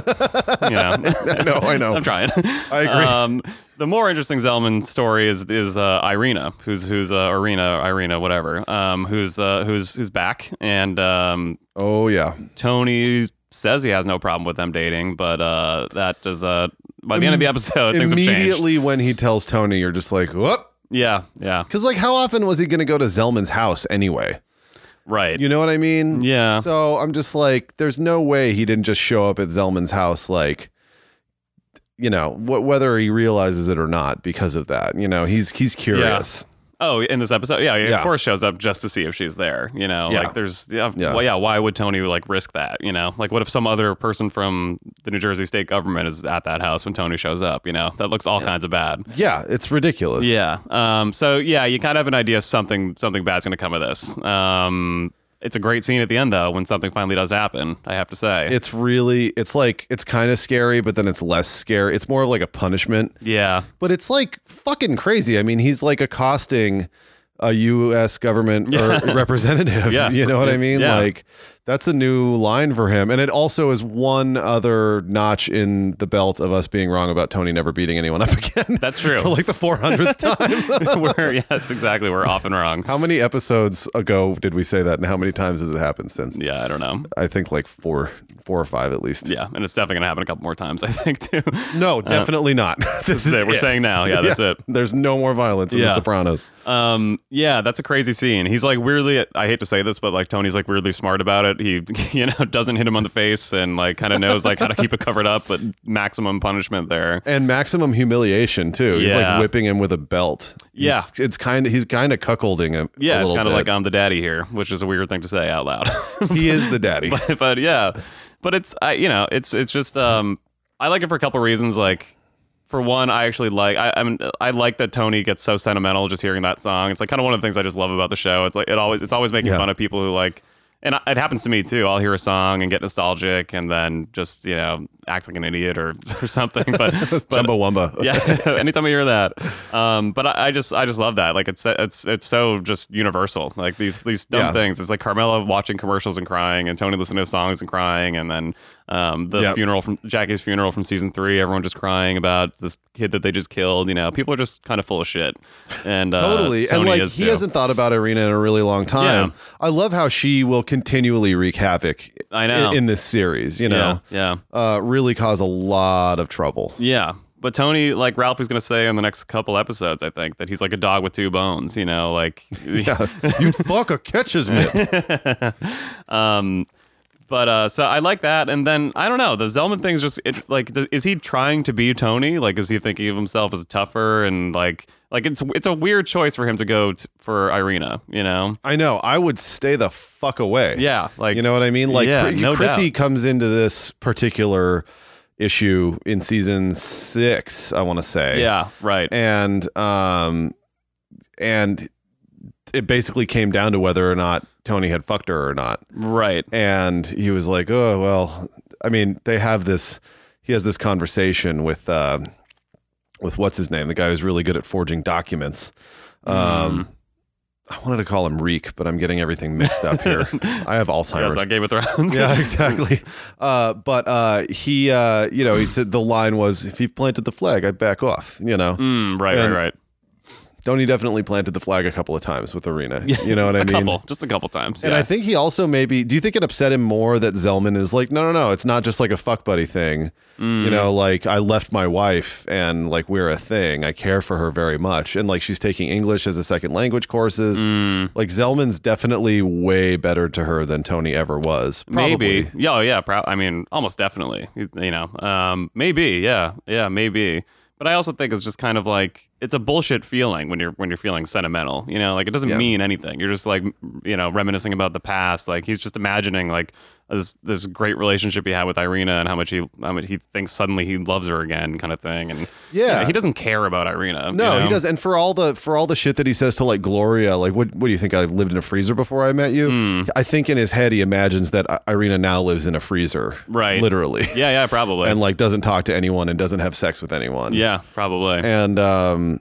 Speaker 3: you know.
Speaker 5: I know. I know.
Speaker 3: I'm trying.
Speaker 5: I agree.
Speaker 3: Um, the more interesting Zelman story is is uh, Irina, who's who's uh, Irina, Irina, whatever, um, who's uh, who's who's back, and um,
Speaker 5: oh, yeah.
Speaker 3: Tony says he has no problem with them dating, but uh, that does uh, by the end of the episode things have changed.
Speaker 5: Immediately when he tells Tony, you're just like, whoop.
Speaker 3: Yeah, yeah,
Speaker 5: Because, like, how often was he going to go to Zellman's house anyway?
Speaker 3: right.
Speaker 5: You know what I mean?
Speaker 3: Yeah.
Speaker 5: So I'm just like, there's no way he didn't just show up at Zellman's house, like, you know, wh- whether he realizes it or not because of that. You know, he's he's curious.
Speaker 3: Oh, in this episode, yeah, he
Speaker 5: Yeah.
Speaker 3: of course shows up just to see if she's there. You know,
Speaker 5: Yeah.
Speaker 3: like there's, yeah,
Speaker 5: Yeah.
Speaker 3: Well, yeah, why would Tony like risk that? You know, like what if some other person from the New Jersey state government is at that house when Tony shows up? You know, that looks all kinds of bad.
Speaker 5: Yeah, it's ridiculous.
Speaker 3: Yeah. Um. So yeah, you kind of have an idea something something bad's going to come of this. Um. It's a great scene at the end though when something finally does happen. I have to say.
Speaker 5: It's really, it's like, it's kind of scary, but then it's less scary. It's more of like a punishment.
Speaker 3: yeah.
Speaker 5: But it's like fucking crazy. I mean, he's like accosting a U.S. government or representative.
Speaker 3: Yeah.
Speaker 5: You know what I mean?
Speaker 3: Yeah.
Speaker 5: Like, that's a new line for him. And it also is one other notch in the belt of us being wrong about Tony never beating anyone up again.
Speaker 3: That's true.
Speaker 5: for like the 400th time.
Speaker 3: we're, yes, exactly. We're often wrong.
Speaker 5: how many episodes ago did we say that? And how many times has it happened since?
Speaker 3: Yeah, I don't know.
Speaker 5: I think like four, four or five at least.
Speaker 3: Yeah, and it's definitely gonna happen a couple more times, I think, too.
Speaker 5: No, definitely not. this,
Speaker 3: is it. We're saying now. Yeah, that's it.
Speaker 5: There's no more violence in The
Speaker 3: Yeah.
Speaker 5: Sopranos.
Speaker 3: Um, yeah, that's a crazy scene. He's like weirdly, I hate to say this, but like Tony's like weirdly smart about it. He, you know, doesn't hit him on the face and like kind of knows like how to keep it covered up, but maximum punishment there.
Speaker 5: And maximum humiliation too. He's like
Speaker 3: Yeah.
Speaker 5: whipping him with a belt.
Speaker 3: Yeah.
Speaker 5: He's- it's kind of he's kind of cuckolding him.
Speaker 3: Yeah,
Speaker 5: a
Speaker 3: it's
Speaker 5: little
Speaker 3: kind of
Speaker 5: bit.
Speaker 3: like I'm the daddy here, which is a weird thing to say out loud.
Speaker 5: he is the daddy.
Speaker 3: but yeah, but it's I you know it's it's just um I like it for a couple reasons. Like for one, I actually like I I, mean, I like that Tony gets so sentimental just hearing that song. It's like kind of one of the things I just love about the show. It's like it always it's always making
Speaker 5: Yeah.
Speaker 3: fun of people who like. And I- it happens to me too. I'll hear a song and get nostalgic, and then just you know act like an idiot or, or something. But but
Speaker 5: Chumbawamba.
Speaker 3: yeah anytime i hear that um but I, I just i just love that like it's it's it's so just universal like these these dumb
Speaker 5: Yeah.
Speaker 3: things it's like carmela watching commercials and crying and tony listening to songs and crying and then um the
Speaker 5: Yep.
Speaker 3: funeral from jackie's funeral from season three everyone just crying about this kid that they just killed you know people are just kind of full of shit and uh,
Speaker 5: Totally.
Speaker 3: tony
Speaker 5: and like
Speaker 3: is
Speaker 5: he
Speaker 3: too.
Speaker 5: hasn't thought about Arena in a really long time. I love how she will continually wreak havoc
Speaker 3: I know.
Speaker 5: in, in this series, you know.
Speaker 3: yeah, yeah.
Speaker 5: Uh, really cause a lot of trouble.
Speaker 3: Yeah. But Tony, like Ralph is going to say in the next couple episodes, I think, that he's like a dog with two bones, you know, like
Speaker 5: Yeah. you fucker catches me.
Speaker 3: Um, but uh, so I like that, and then I don't know the Zelman thing's just it, like th- is he trying to be Tony? Like is he thinking of himself as tougher and like like it's it's a weird choice for him to go t- for Irina, you know?
Speaker 5: I know. I would stay the fuck away.
Speaker 3: Yeah, like
Speaker 5: you know what I mean? Like
Speaker 3: yeah,
Speaker 5: Chri-
Speaker 3: no
Speaker 5: Chrissy
Speaker 3: doubt.
Speaker 5: comes into this particular issue in season six, I want to say.
Speaker 3: yeah, right,
Speaker 5: And um and it basically came down to whether or not Tony had fucked her or not.
Speaker 3: right,
Speaker 5: And he was like, Oh well, I mean, they have this he has this conversation with uh with what's his name, the guy who's really good at forging documents.
Speaker 3: Mm.
Speaker 5: Um I wanted to call him Reek, but I'm getting everything mixed up here. I have
Speaker 3: yeah,
Speaker 5: Alzheimer's.
Speaker 3: it's like Game of Thrones.
Speaker 5: Yeah, exactly. Uh, but uh, he, uh, you know, he said the line was, "If he planted the flag, I'd back off." You know,
Speaker 3: Mm, right,
Speaker 5: And-
Speaker 3: right, right.
Speaker 5: Tony definitely planted the flag a couple of times with Arena. You know what I
Speaker 3: A
Speaker 5: mean?
Speaker 3: couple, just a couple times.
Speaker 5: And
Speaker 3: yeah.
Speaker 5: I think he also maybe. Do you think it upset him more that Zelman is like, no, no, no, it's not just like a fuck buddy thing. You
Speaker 3: Mm.
Speaker 5: know, like I left my wife and like we're a thing. I care for her very much, and like she's taking English as a second language courses.
Speaker 3: Mm.
Speaker 5: Like Zelman's definitely way better to her than Tony ever was. Probably.
Speaker 3: Maybe. Yeah, oh, yeah. Pro- I mean, almost definitely. You, you know, um, maybe. Yeah, yeah, maybe. But I also think it's just kind of like it's a bullshit feeling when you're when you're feeling sentimental. You know, like it doesn't
Speaker 5: Yeah.
Speaker 3: mean anything. You're just like you know reminiscing about the past. Like he's just imagining like this this great relationship he had with Irina and how much he how much he thinks suddenly he loves her again, kind of thing. And
Speaker 5: Yeah.
Speaker 3: he doesn't care about Irina.
Speaker 5: No,
Speaker 3: you know?
Speaker 5: he does. And for all the for all the shit that he says to like Gloria, like what what do you think? I lived in a freezer before I met you.
Speaker 3: Hmm.
Speaker 5: I think in his head he imagines that I- Irina now lives in a freezer,
Speaker 3: Right.
Speaker 5: Literally,
Speaker 3: Yeah, yeah, probably.
Speaker 5: and like doesn't talk to anyone and doesn't have sex with anyone.
Speaker 3: yeah, probably.
Speaker 5: and um,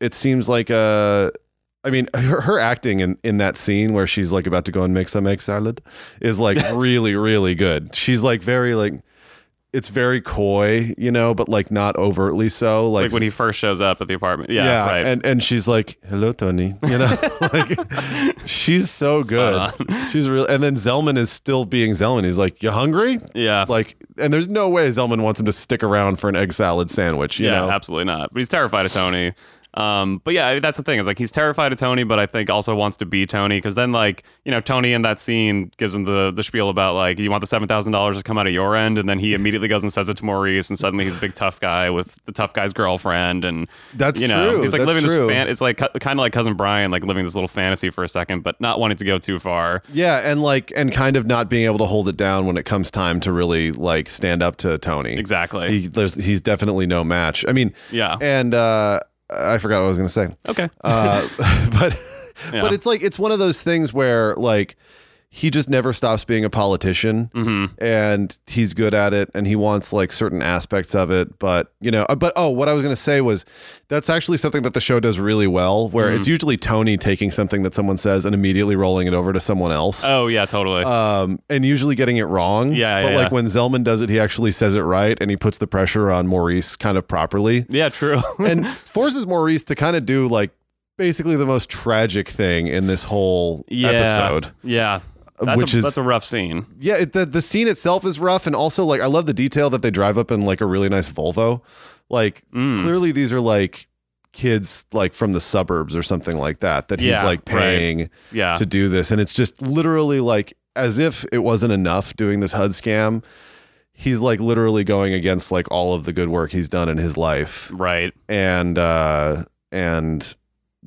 Speaker 5: it seems like uh, I mean, her, her acting in, in that scene where she's like about to go and make some egg salad is like really, really good. She's like very like, it's very coy, you know, but like not overtly so. Like,
Speaker 3: like when he first shows up at the apartment. Yeah,
Speaker 5: yeah,
Speaker 3: right.
Speaker 5: and and she's like, "Hello, Tony." You know, like she's so good. She's real. And then Zelman is still being Zelman. He's like, "You hungry?"
Speaker 3: yeah.
Speaker 5: Like, and there's no way Zelman wants him to stick around for an egg salad sandwich. You
Speaker 3: yeah,
Speaker 5: know,
Speaker 3: absolutely not. But he's terrified of Tony. Um, but yeah, that's the thing is like he's terrified of Tony, but I think also wants to be Tony because then like you know Tony in that scene gives him the the spiel about like you want the seven thousand dollars to come out of your end, and then he immediately goes and says it to Maurice, and suddenly he's a big tough guy with the tough guy's girlfriend, and
Speaker 5: That's
Speaker 3: you know
Speaker 5: true.
Speaker 3: he's like
Speaker 5: That's
Speaker 3: living
Speaker 5: true.
Speaker 3: this fan. It's like kind of like cousin Brian, like living this little fantasy for a second, but not wanting to go too far.
Speaker 5: Yeah, and like and kind of not being able to hold it down when it comes time to really like stand up to Tony.
Speaker 3: Exactly.
Speaker 5: He, there's, he's definitely no match. I mean,
Speaker 3: Yeah.
Speaker 5: And uh, I forgot what I was going to say.
Speaker 3: Okay.
Speaker 5: Uh, but
Speaker 3: Yeah.
Speaker 5: but it's like it's one of those things where like he just never stops being a politician
Speaker 3: Mm-hmm.
Speaker 5: and he's good at it and he wants like certain aspects of it but you know uh, but oh what i was going to say was that's actually something that the show does really well where
Speaker 3: Mm-hmm.
Speaker 5: it's usually tony taking something that someone says and immediately rolling it over to someone else
Speaker 3: oh yeah, totally.
Speaker 5: um, and usually getting it wrong.
Speaker 3: Yeah,
Speaker 5: But
Speaker 3: yeah,
Speaker 5: like
Speaker 3: yeah.
Speaker 5: when Zellman does it, he actually says it right and he puts the pressure on Maurice kind of properly
Speaker 3: yeah, true.
Speaker 5: and forces Maurice to kind of do like basically the most tragic thing in this whole
Speaker 3: yeah.
Speaker 5: episode.
Speaker 3: Yeah. That's
Speaker 5: Which
Speaker 3: a,
Speaker 5: is-
Speaker 3: that's a rough scene.
Speaker 5: Yeah, it, the the scene itself is rough, and also like I love the detail that they drive up in like a really nice Volvo. Like
Speaker 3: Hmm.
Speaker 5: clearly these are like kids like from the suburbs or something like that that he's
Speaker 3: Yeah,
Speaker 5: like
Speaker 3: right.
Speaker 5: paying
Speaker 3: Yeah.
Speaker 5: to do this. And it's just literally like as if it wasn't enough doing this HUD scam. He's like literally going against like all of the good work he's done in his life.
Speaker 3: right.
Speaker 5: And uh and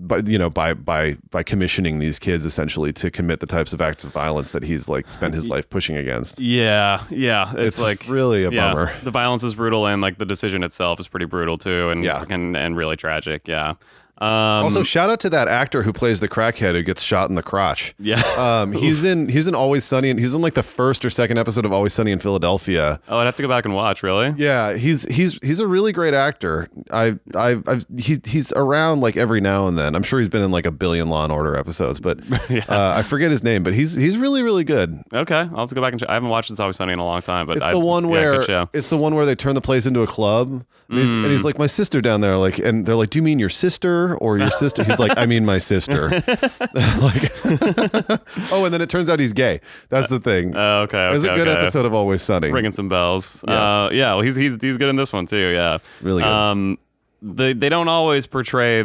Speaker 5: but you know, by by by commissioning these kids essentially to commit the types of acts of violence that he's like spent his life pushing against.
Speaker 3: Yeah, yeah. It's,
Speaker 5: It's
Speaker 3: like
Speaker 5: really a
Speaker 3: yeah, Um,
Speaker 5: bummer.
Speaker 3: The violence is brutal, and like the decision itself is pretty brutal too, and
Speaker 5: Yeah.
Speaker 3: and, and really tragic. Yeah. Um,
Speaker 5: Also, shout out to that actor who plays the crackhead who gets shot in the crotch.
Speaker 3: yeah.
Speaker 5: Um, he's in he's in Always Sunny and he's in like the first or second episode of Always Sunny in Philadelphia.
Speaker 3: oh, I'd have to go back and watch. Really?
Speaker 5: Yeah, he's he's he's a really great actor. I I I've, he he's around like every now and then. I'm sure he's been in like a billion Law and Order episodes, but uh, I forget his name. But he's he's really really good.
Speaker 3: Okay, I'll have to go back and. Check. I haven't watched this Always Sunny in a long time, but
Speaker 5: It's
Speaker 3: I-
Speaker 5: the one
Speaker 3: yeah,
Speaker 5: where
Speaker 3: good show. Mm.
Speaker 5: it's the one where they turn the place into a club, and, he's, and he's like my sister down there, like, and they're like, do you mean your sister or your sister? He's like, I mean my sister. like, oh, and then it turns out he's gay. That's the thing.
Speaker 3: Uh, okay,
Speaker 5: it was a
Speaker 3: okay,
Speaker 5: good
Speaker 3: okay.
Speaker 5: episode of Always Sunny.
Speaker 3: Ringing some bells. Yeah.
Speaker 5: Yeah.
Speaker 3: Uh, yeah. Well, he's he's he's good in this one too. Yeah.
Speaker 5: Really good.
Speaker 3: Um, they they don't always portray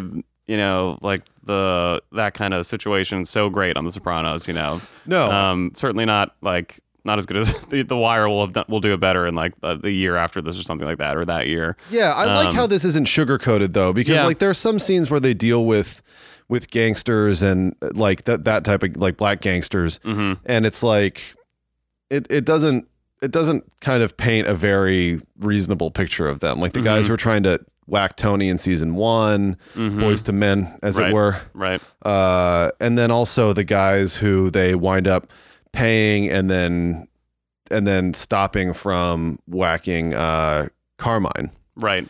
Speaker 3: you know like the that kind of situation so great on The Sopranos. You know.
Speaker 5: No.
Speaker 3: Um, certainly not like not as good as the, the Wire will have done, will do it better in like the, the year after this or something like that or that year.
Speaker 5: Yeah, I like how this isn't sugarcoated though, because
Speaker 3: Um, Yeah.
Speaker 5: like there are some scenes where they deal with with gangsters and uh, like that that type of like black gangsters, and it's like it it doesn't it doesn't kind of paint a very reasonable picture of them. Like the
Speaker 3: Mm-hmm.
Speaker 5: guys who are trying to whack Tony in season one, boys to men, as
Speaker 3: Right.
Speaker 5: it were
Speaker 3: Right.
Speaker 5: uh, and then also the guys who they wind up paying and then and then stopping from whacking uh, Carmine
Speaker 3: Right.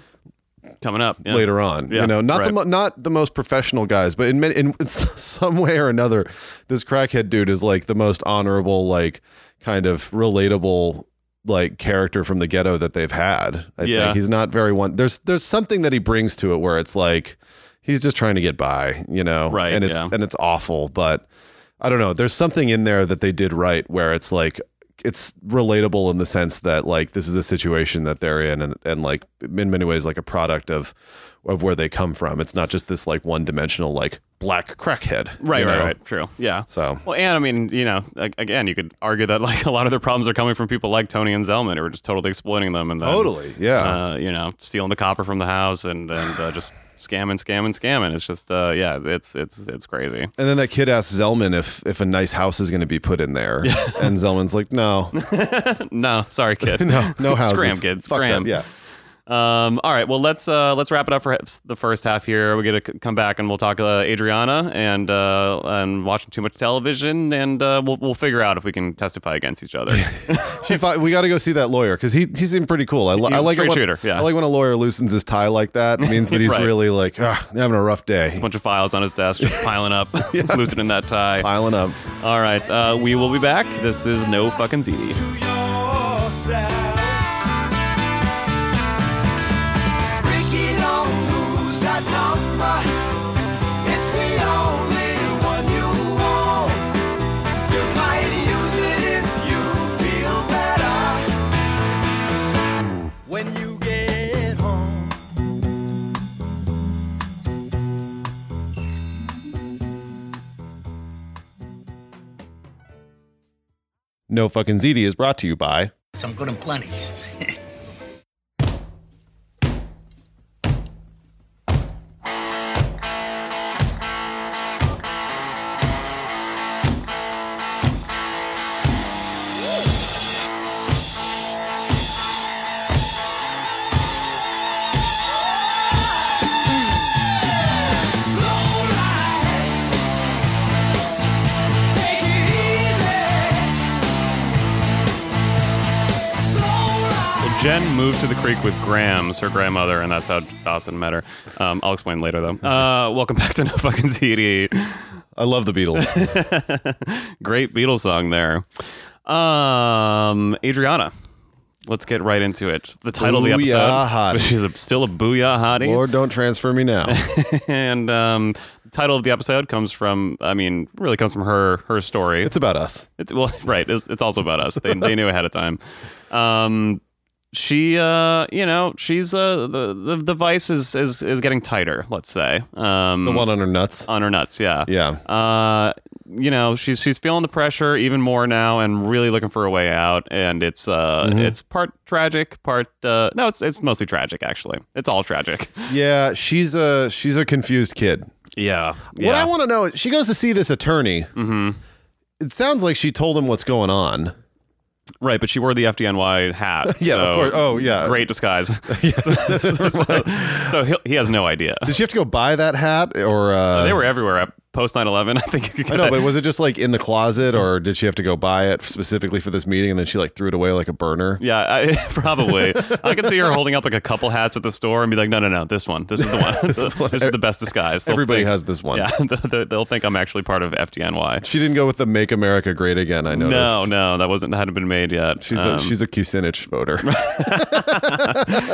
Speaker 3: Coming up yeah.
Speaker 5: later on.
Speaker 3: Yeah,
Speaker 5: You know, not the
Speaker 3: right.
Speaker 5: mo- not the most professional guys, but in many, in s- some way or another, this crackhead dude is like the most honorable, like kind of relatable like character from the ghetto that they've had. I
Speaker 3: Yeah.
Speaker 5: think he's not very one. There's there's something that he brings to it where it's like he's just trying to get by, you know.
Speaker 3: Right,
Speaker 5: And it's
Speaker 3: yeah.
Speaker 5: and it's awful, but I don't know. There's something in there that they did right where it's like it's relatable in the sense that like this is a situation that they're in and, and like in many ways like a product of of where they come from. It's not just this like one dimensional like black crackhead.
Speaker 3: Right.
Speaker 5: you
Speaker 3: Right.
Speaker 5: know?
Speaker 3: Right. True. Yeah.
Speaker 5: So
Speaker 3: Well, and I mean, you know, ag- again, you could argue that like a lot of their problems are coming from people like Tony and Zellman who are just totally exploiting them
Speaker 5: um,
Speaker 3: and then,
Speaker 5: totally. Yeah.
Speaker 3: uh, you know, stealing the copper from the house and and uh, just scamming, scamming, scamming. It's just, uh, yeah, it's it's it's crazy.
Speaker 5: And then that kid asks Zellman if if a nice house is going to be put in there, and Zellman's like, "No,
Speaker 3: No, sorry, kid.
Speaker 5: no, no houses.
Speaker 3: Scram, kids.
Speaker 5: Fuck
Speaker 3: Scram.
Speaker 5: that. Yeah,
Speaker 3: Um, all right. Well, let's uh, let's wrap it up for he- the first half here. We're gonna c- come back and we'll talk uh, Adriana and uh, and watching too much television, and uh, we'll we'll figure out if we can testify against each other.
Speaker 5: she thought we got to go see that lawyer because he he seemed pretty cool. I, li-
Speaker 3: He's
Speaker 5: I
Speaker 3: a
Speaker 5: like it
Speaker 3: straight
Speaker 5: when,
Speaker 3: shooter, yeah.
Speaker 5: I like when a lawyer loosens his tie like that. It means that he's
Speaker 3: Right.
Speaker 5: really like "Ah, having a rough day,
Speaker 3: bunch of files on his desk, just piling up, loosening that tie.
Speaker 5: piling up.
Speaker 3: All right, uh, we will be back. This is no fucking ZD.
Speaker 4: to yourself. Ricky don't lose that number. It's the only one you own. You might use it if you feel better. When you get home,
Speaker 5: No Fucking ZD is brought to you by.
Speaker 6: Some good and plenties.
Speaker 3: Well, Jen moved to the creek with Grams, her grandmother, and that's how Dawson met her. Um, I'll explain later, though. Uh, welcome back to No Fucking ZD.
Speaker 5: I love the Beatles.
Speaker 3: Great Beatles song there. Um, Adriana, let's get right into it. The title of the
Speaker 5: Booyah
Speaker 3: episode,
Speaker 5: hottie.
Speaker 3: which is a, still a booyah hottie,
Speaker 5: Lord, don't transfer me now.
Speaker 3: and um, the title of the episode comes from, I mean, really comes from her her story.
Speaker 5: It's about us.
Speaker 3: It's well, right. It's, it's also about us. They, they knew ahead of time. Um, she, uh, you know, she's uh, the, the the vice is is is getting tighter. Let's say um,
Speaker 5: The one on her nuts.
Speaker 3: on her nuts. Yeah,
Speaker 5: Yeah.
Speaker 3: Uh, you know, she's she's feeling the pressure even more now, and really looking for a way out. And it's uh, it's part tragic, part uh, no, it's it's mostly tragic actually. It's all tragic.
Speaker 5: Yeah, she's a she's a confused kid.
Speaker 3: Yeah.
Speaker 5: What I want to know, is she goes to see this attorney. Mm-hmm. It sounds like she told him what's going on.
Speaker 3: Right, but she wore the FDNY hat.
Speaker 5: Yeah, of
Speaker 3: so
Speaker 5: course. Oh, yeah.
Speaker 3: great disguise. so so he'll, he has no idea.
Speaker 5: Did she have to go buy that hat or uh,
Speaker 3: They were everywhere post 9/11. I think you could
Speaker 5: I
Speaker 3: get
Speaker 5: know,
Speaker 3: that.
Speaker 5: but was it just like in the closet, or did she have to go buy it specifically for this meeting, and then she like threw it away like a burner?
Speaker 3: yeah, I, probably. I could see her holding up like a couple hats at the store and be like, "No, no, no, this one. This is the one. this, is the best disguise." They'll
Speaker 5: Everybody
Speaker 3: think-
Speaker 5: has this one.
Speaker 3: Yeah, they'll- they'll think I'm actually part of FDNY.
Speaker 5: She didn't go with the "Make America Great Again." I noticed.
Speaker 3: No, no, that wasn't that hadn't been made yet.
Speaker 5: She's a,
Speaker 3: Um,
Speaker 5: she's a Kucinich voter.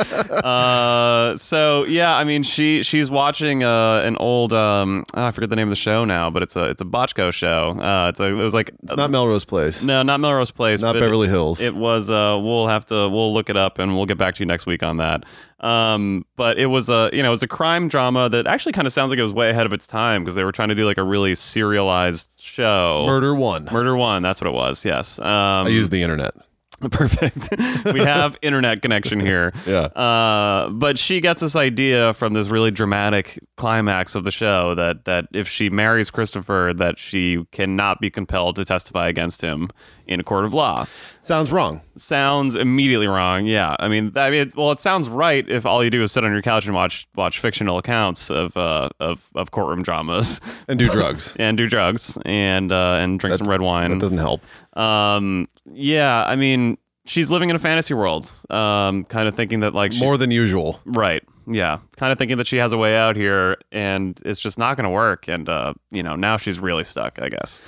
Speaker 3: Uh, so yeah, I mean, she she's watching uh, an old um, oh, I forget the name of the show now, but it's a it's a Botchko show. Uh, it's a, it was like
Speaker 5: it's not Melrose Place.
Speaker 3: no, not Melrose Place,
Speaker 5: not
Speaker 3: but
Speaker 5: Beverly
Speaker 3: it,
Speaker 5: Hills.
Speaker 3: It was. Uh, we'll have to we'll look it up and we'll get back to you next week on that. Um, but it was a you know it was a crime drama that actually kind of sounds like it was way ahead of its time because they were trying to do like a really serialized show.
Speaker 5: Murder one.
Speaker 3: Murder One, that's what it was. Yes. Um,
Speaker 5: I use the internet.
Speaker 3: Perfect. we have internet connection here.
Speaker 5: Yeah.
Speaker 3: Uh, but she gets this idea from this really dramatic climax of the show that that if she marries Christopher, that she cannot be compelled to testify against him in a court of law.
Speaker 5: Sounds wrong.
Speaker 3: Sounds immediately wrong. Yeah. I mean, I mean, it, well, it sounds right if all you do is sit on your couch and watch watch fictional accounts of uh, of of courtroom dramas
Speaker 5: And do drugs.
Speaker 3: and do drugs and uh, and drink some red wine.
Speaker 5: That doesn't help.
Speaker 3: Um, yeah, I mean, she's living in a fantasy world. Um, kind of thinking that like she,
Speaker 5: More than usual.
Speaker 3: right, yeah, kind of thinking that she has a way out here, and it's just not going to work. And uh, you know, now she's really stuck, I guess.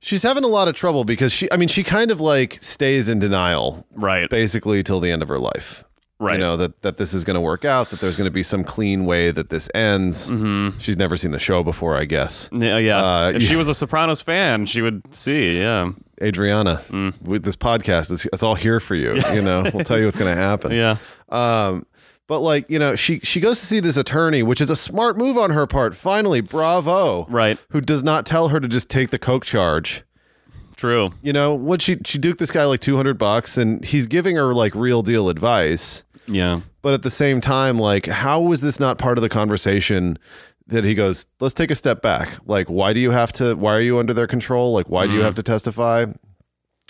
Speaker 5: She's having a lot of trouble because she, I mean, she kind of like stays in denial
Speaker 3: Right,
Speaker 5: basically till the end of her life.
Speaker 3: right,
Speaker 5: You know, that, that this is going to work out, that there's going to be some clean way that this ends.
Speaker 3: Mm-hmm.
Speaker 5: She's never seen the show before, I guess.
Speaker 3: yeah. yeah.
Speaker 5: Uh,
Speaker 3: if
Speaker 5: yeah.
Speaker 3: she was a Sopranos fan, she would see. Yeah,
Speaker 5: Adriana,
Speaker 3: Mm.
Speaker 5: with this podcast, it's, it's all here for you. You know, we'll tell you what's going to happen.
Speaker 3: yeah,
Speaker 5: Um, but like, you know, she, she goes to see this attorney, which is a smart move on her part. Finally, bravo.
Speaker 3: Right.
Speaker 5: Who does not tell her to just take the Coke charge.
Speaker 3: true.
Speaker 5: you know what she she duked this guy like 200 bucks and he's giving her like real deal advice
Speaker 3: Yeah,
Speaker 5: but at the same time like how was this not part of the conversation that he goes let's take a step back like why do you have to why are you under their control like why do you have to testify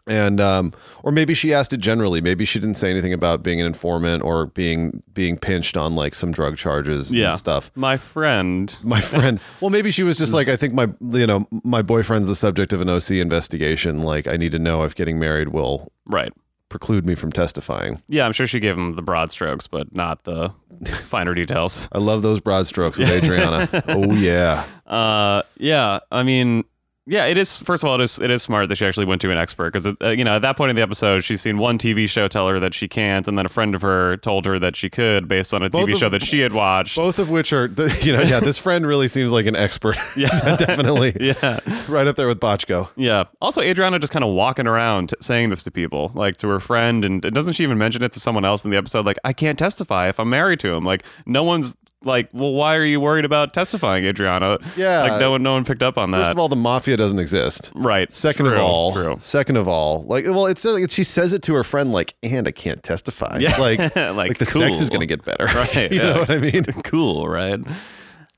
Speaker 5: and um or maybe she asked it generally maybe she didn't say anything about being an informant or being being pinched on like some drug charges
Speaker 3: yeah,
Speaker 5: and stuff
Speaker 3: My friend.
Speaker 5: my friend. Well, maybe she was just like, I think my, you know, my boyfriend's the subject of an OC investigation. Like, I need to know if getting married will
Speaker 3: Right.
Speaker 5: preclude me from testifying.
Speaker 3: Yeah, I'm sure she gave him the broad strokes, but not the finer details.
Speaker 5: I love those broad strokes with Adriana. oh yeah,
Speaker 3: Uh, yeah. I mean, yeah. It is. First of all, it is. It is smart that she actually went to an expert because, uh, you know, at that point in the episode, she's seen one TV show tell her that she can't, and then a friend of her told her that she could based on a TV
Speaker 5: of-
Speaker 3: show that she had watched.
Speaker 5: both of which are, the, you know, yeah. This friend really seems like an expert. Yeah, definitely.
Speaker 3: Yeah.
Speaker 5: right up there with Botchko.
Speaker 3: Yeah. Also, Adriana just kind of walking around t- saying this to people, like to her friend, and doesn't she even mention it to someone else in the episode? Like, I can't testify if I'm married to him. Like, no one's like, well, why are you worried about testifying, Adriana?
Speaker 5: Yeah.
Speaker 3: like no one, no one picked up on that.
Speaker 5: First of all, the mafia doesn't exist.
Speaker 3: right.
Speaker 5: Second
Speaker 3: Uh, True,
Speaker 5: of all,
Speaker 3: true.
Speaker 5: second of all, like well, it's uh, she says it to her friend like, and I can't testify.
Speaker 3: Yeah.
Speaker 5: Like,
Speaker 3: Like,
Speaker 5: like, the sex
Speaker 3: cool.
Speaker 5: is gonna get better.
Speaker 3: Right,
Speaker 5: you
Speaker 3: yeah.
Speaker 5: know what I mean?
Speaker 3: cool, right?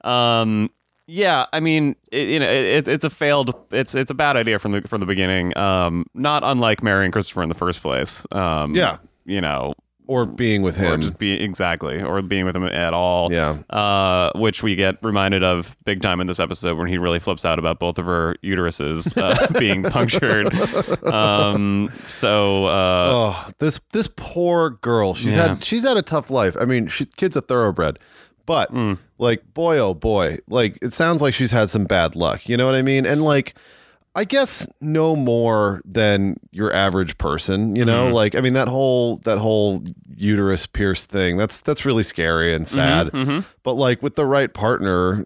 Speaker 3: Um, yeah, I mean, it, you know, it, it's- it's a failed, it's it's a bad idea from the from the beginning. Um, not unlike marrying Christopher in the first place. Um,
Speaker 5: Yeah.
Speaker 3: you know,
Speaker 5: Or being with
Speaker 3: or
Speaker 5: him.
Speaker 3: just be exactly, or being with him at all.
Speaker 5: Yeah.
Speaker 3: uh, which we get reminded of big time in this episode when he really flips out about both of her uteruses uh, being punctured. Um, so uh,
Speaker 5: oh, this this poor girl. She's
Speaker 3: Yeah.
Speaker 5: had she's had a tough life. I mean, she kid's a thoroughbred. But like boy oh boy, like it sounds like she's had some bad luck. You know what I mean? And like I guess no more than your average person, you know? Like I mean that whole that whole uterus pierce thing. That's that's really scary and sad.
Speaker 3: mm-hmm,
Speaker 5: But like with the right partner,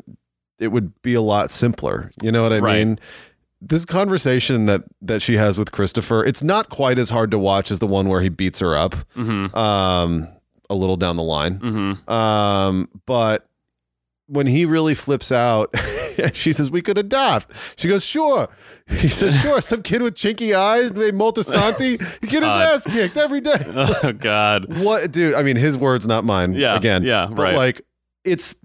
Speaker 5: it would be a lot simpler. You know what I
Speaker 3: Right.
Speaker 5: mean? This conversation that that she has with Christopher, it's not quite as hard to watch as the one where he beats her up
Speaker 3: mm-hmm,
Speaker 5: um, a little down the line. Um, but when he really flips out, she says, We could adopt. She goes, Sure. He says, Sure. Some kid with chinky eyes named Moltisanti, he get his ass kicked every day.
Speaker 3: oh god,
Speaker 5: What, dude? I mean, his words, not mine.
Speaker 3: Yeah,
Speaker 5: Again.
Speaker 3: yeah,
Speaker 5: But
Speaker 3: right.
Speaker 5: like, it's.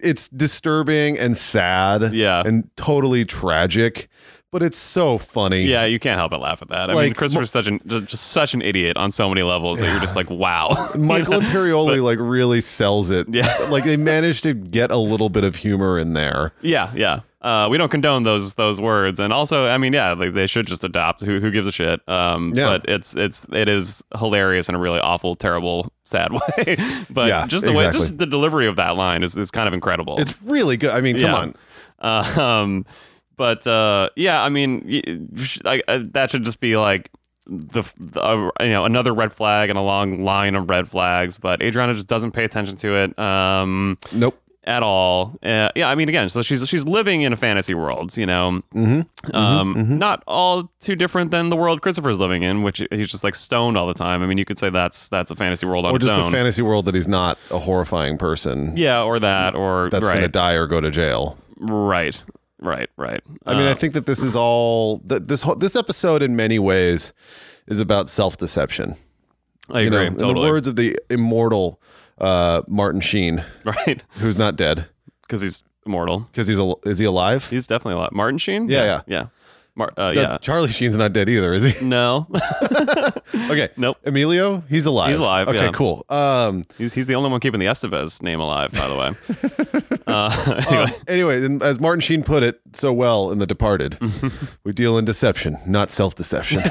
Speaker 5: It's disturbing and sad,
Speaker 3: Yeah.
Speaker 5: and totally tragic, but it's so funny.
Speaker 3: Yeah, you can't help but laugh at that. I mean,
Speaker 5: Like,
Speaker 3: Christopher's such an ju- just such an idiot on so many levels that you're just like, wow.
Speaker 5: Michael Imperioli like really sells it.
Speaker 3: Yeah.
Speaker 5: like they managed to get a little bit of humor in there.
Speaker 3: yeah, yeah. Uh, we don't condone those those words, and also, I mean, yeah, like they should just adopt. Who who gives a shit? Um,
Speaker 5: Yeah.
Speaker 3: But it's it's it is hilarious in a really awful, terrible, sad way. but
Speaker 5: Yeah,
Speaker 3: just the way,
Speaker 5: exactly.
Speaker 3: just the delivery of that line is is kind of incredible.
Speaker 5: It's really good. I mean, come
Speaker 3: Yeah.
Speaker 5: on.
Speaker 3: Uh, um, but uh, yeah, I mean, y- sh- I, I, that should just be like the, f- the uh, you know another red flag and a long line of red flags. But Adriana just doesn't pay attention to it um,
Speaker 5: Nope.
Speaker 3: at all. Uh, yeah, I mean, again, so she's she's living in a fantasy world, you know,
Speaker 5: Mm-hmm.
Speaker 3: um, not all too different than the world Christopher's living in, which he's just like stoned all the time. I mean, you could say that's that's a fantasy world on
Speaker 5: Or
Speaker 3: its
Speaker 5: just the
Speaker 3: own.
Speaker 5: fantasy world that he's not a horrifying person
Speaker 3: yeah, or that, or
Speaker 5: that's going to
Speaker 3: right,
Speaker 5: die or go to jail.
Speaker 3: right, right, right. Uh,
Speaker 5: I mean, I think that this is all th- this whole, this episode in many ways is about self-deception.
Speaker 3: I agree.
Speaker 5: in
Speaker 3: totally.
Speaker 5: the words of the immortal uh, Martin Sheen,
Speaker 3: right?
Speaker 5: who's not dead
Speaker 3: Because he's immortal.
Speaker 5: because he's al- is he alive?
Speaker 3: He's definitely a lot. Martin Sheen.
Speaker 5: Yeah,
Speaker 3: yeah, yeah. Mar- uh,
Speaker 5: No,
Speaker 3: yeah.
Speaker 5: Charlie Sheen's not dead either, is he?
Speaker 3: No,
Speaker 5: Okay.
Speaker 3: Nope.
Speaker 5: Emilio, he's alive.
Speaker 3: He's alive,
Speaker 5: Okay,
Speaker 3: yeah.
Speaker 5: cool. Um,
Speaker 3: he's he's the only one keeping the Estevez name alive. By the way,
Speaker 5: um, anyway, and as Martin Sheen put it so well in The Departed, we deal in deception, not self deception.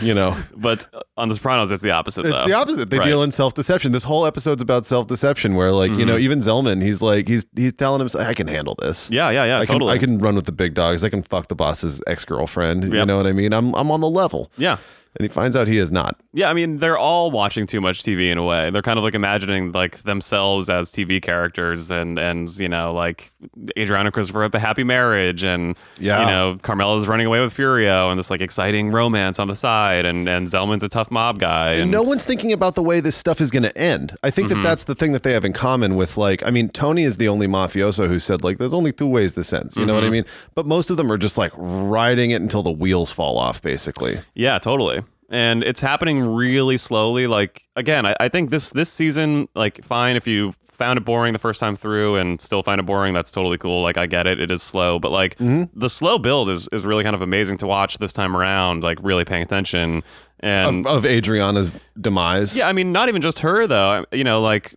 Speaker 5: you know,
Speaker 3: but on The Sopranos, it's the opposite.
Speaker 5: it's
Speaker 3: though.
Speaker 5: the opposite. They
Speaker 3: Right. Mm-hmm.
Speaker 5: deal in self deception. This whole episode's about self deception, where like you know, even Zellman, he's like he's he's telling himself, I can handle this.
Speaker 3: Yeah, yeah, yeah.
Speaker 5: I can,
Speaker 3: Oh, totally.
Speaker 5: I can run with the big dogs. I can fuck the boss's ex girlfriend. You
Speaker 3: Yep.
Speaker 5: know what I mean? I'm I'm on the level.
Speaker 3: Yeah.
Speaker 5: And he finds out he is not.
Speaker 3: Yeah, I mean, they're all watching too much TV in a way. They're kind of like imagining like themselves as TV characters, and and you know, like Adriana and Christopher have a happy marriage, and
Speaker 5: Yeah.
Speaker 3: you know, Carmela's running away with Furio, and this like exciting romance on the side, and and Zellman's a tough mob guy, and, Mm-hmm.
Speaker 5: And no one's thinking about the way this stuff is going to end. I think that that's the thing that they have in common with like, I mean, Tony is the only mafioso who said like, there's only two ways this ends. You know
Speaker 3: Mm-hmm.
Speaker 5: what I mean? But most of them are just like riding it until the wheels fall off, basically.
Speaker 3: Yeah, totally. And it's happening really slowly. Like again, I, I think this this season, like, fine if you found it boring the first time through and still find it boring, that's totally cool. Like I get it, it is slow, but like the slow build is is really kind of amazing to watch this time around. Like really paying attention and.
Speaker 5: Of, of Adriana's demise.
Speaker 3: yeah, I mean, not even just her though. I- You know, like,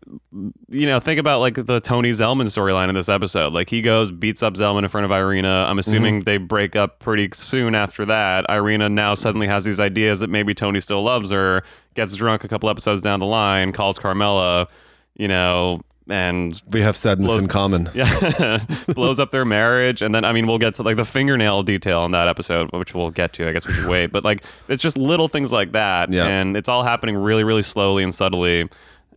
Speaker 3: you know, think about like the Tony Zellman storyline in this episode. Like, he goes beats up Zellman in front of Irina. I'm assuming they break up pretty soon after that. Irina now suddenly has these ideas that maybe Tony still loves her. Gets drunk a couple episodes down the line, calls Carmela, you know, and
Speaker 5: We have sadness in common.
Speaker 3: yeah, blows up their marriage, and then I mean, we'll get to like the fingernail detail in that episode, which we'll get to. I guess we should wait, but like it's just little things like that,
Speaker 5: Yeah.
Speaker 3: and it's all happening really, really slowly and subtly.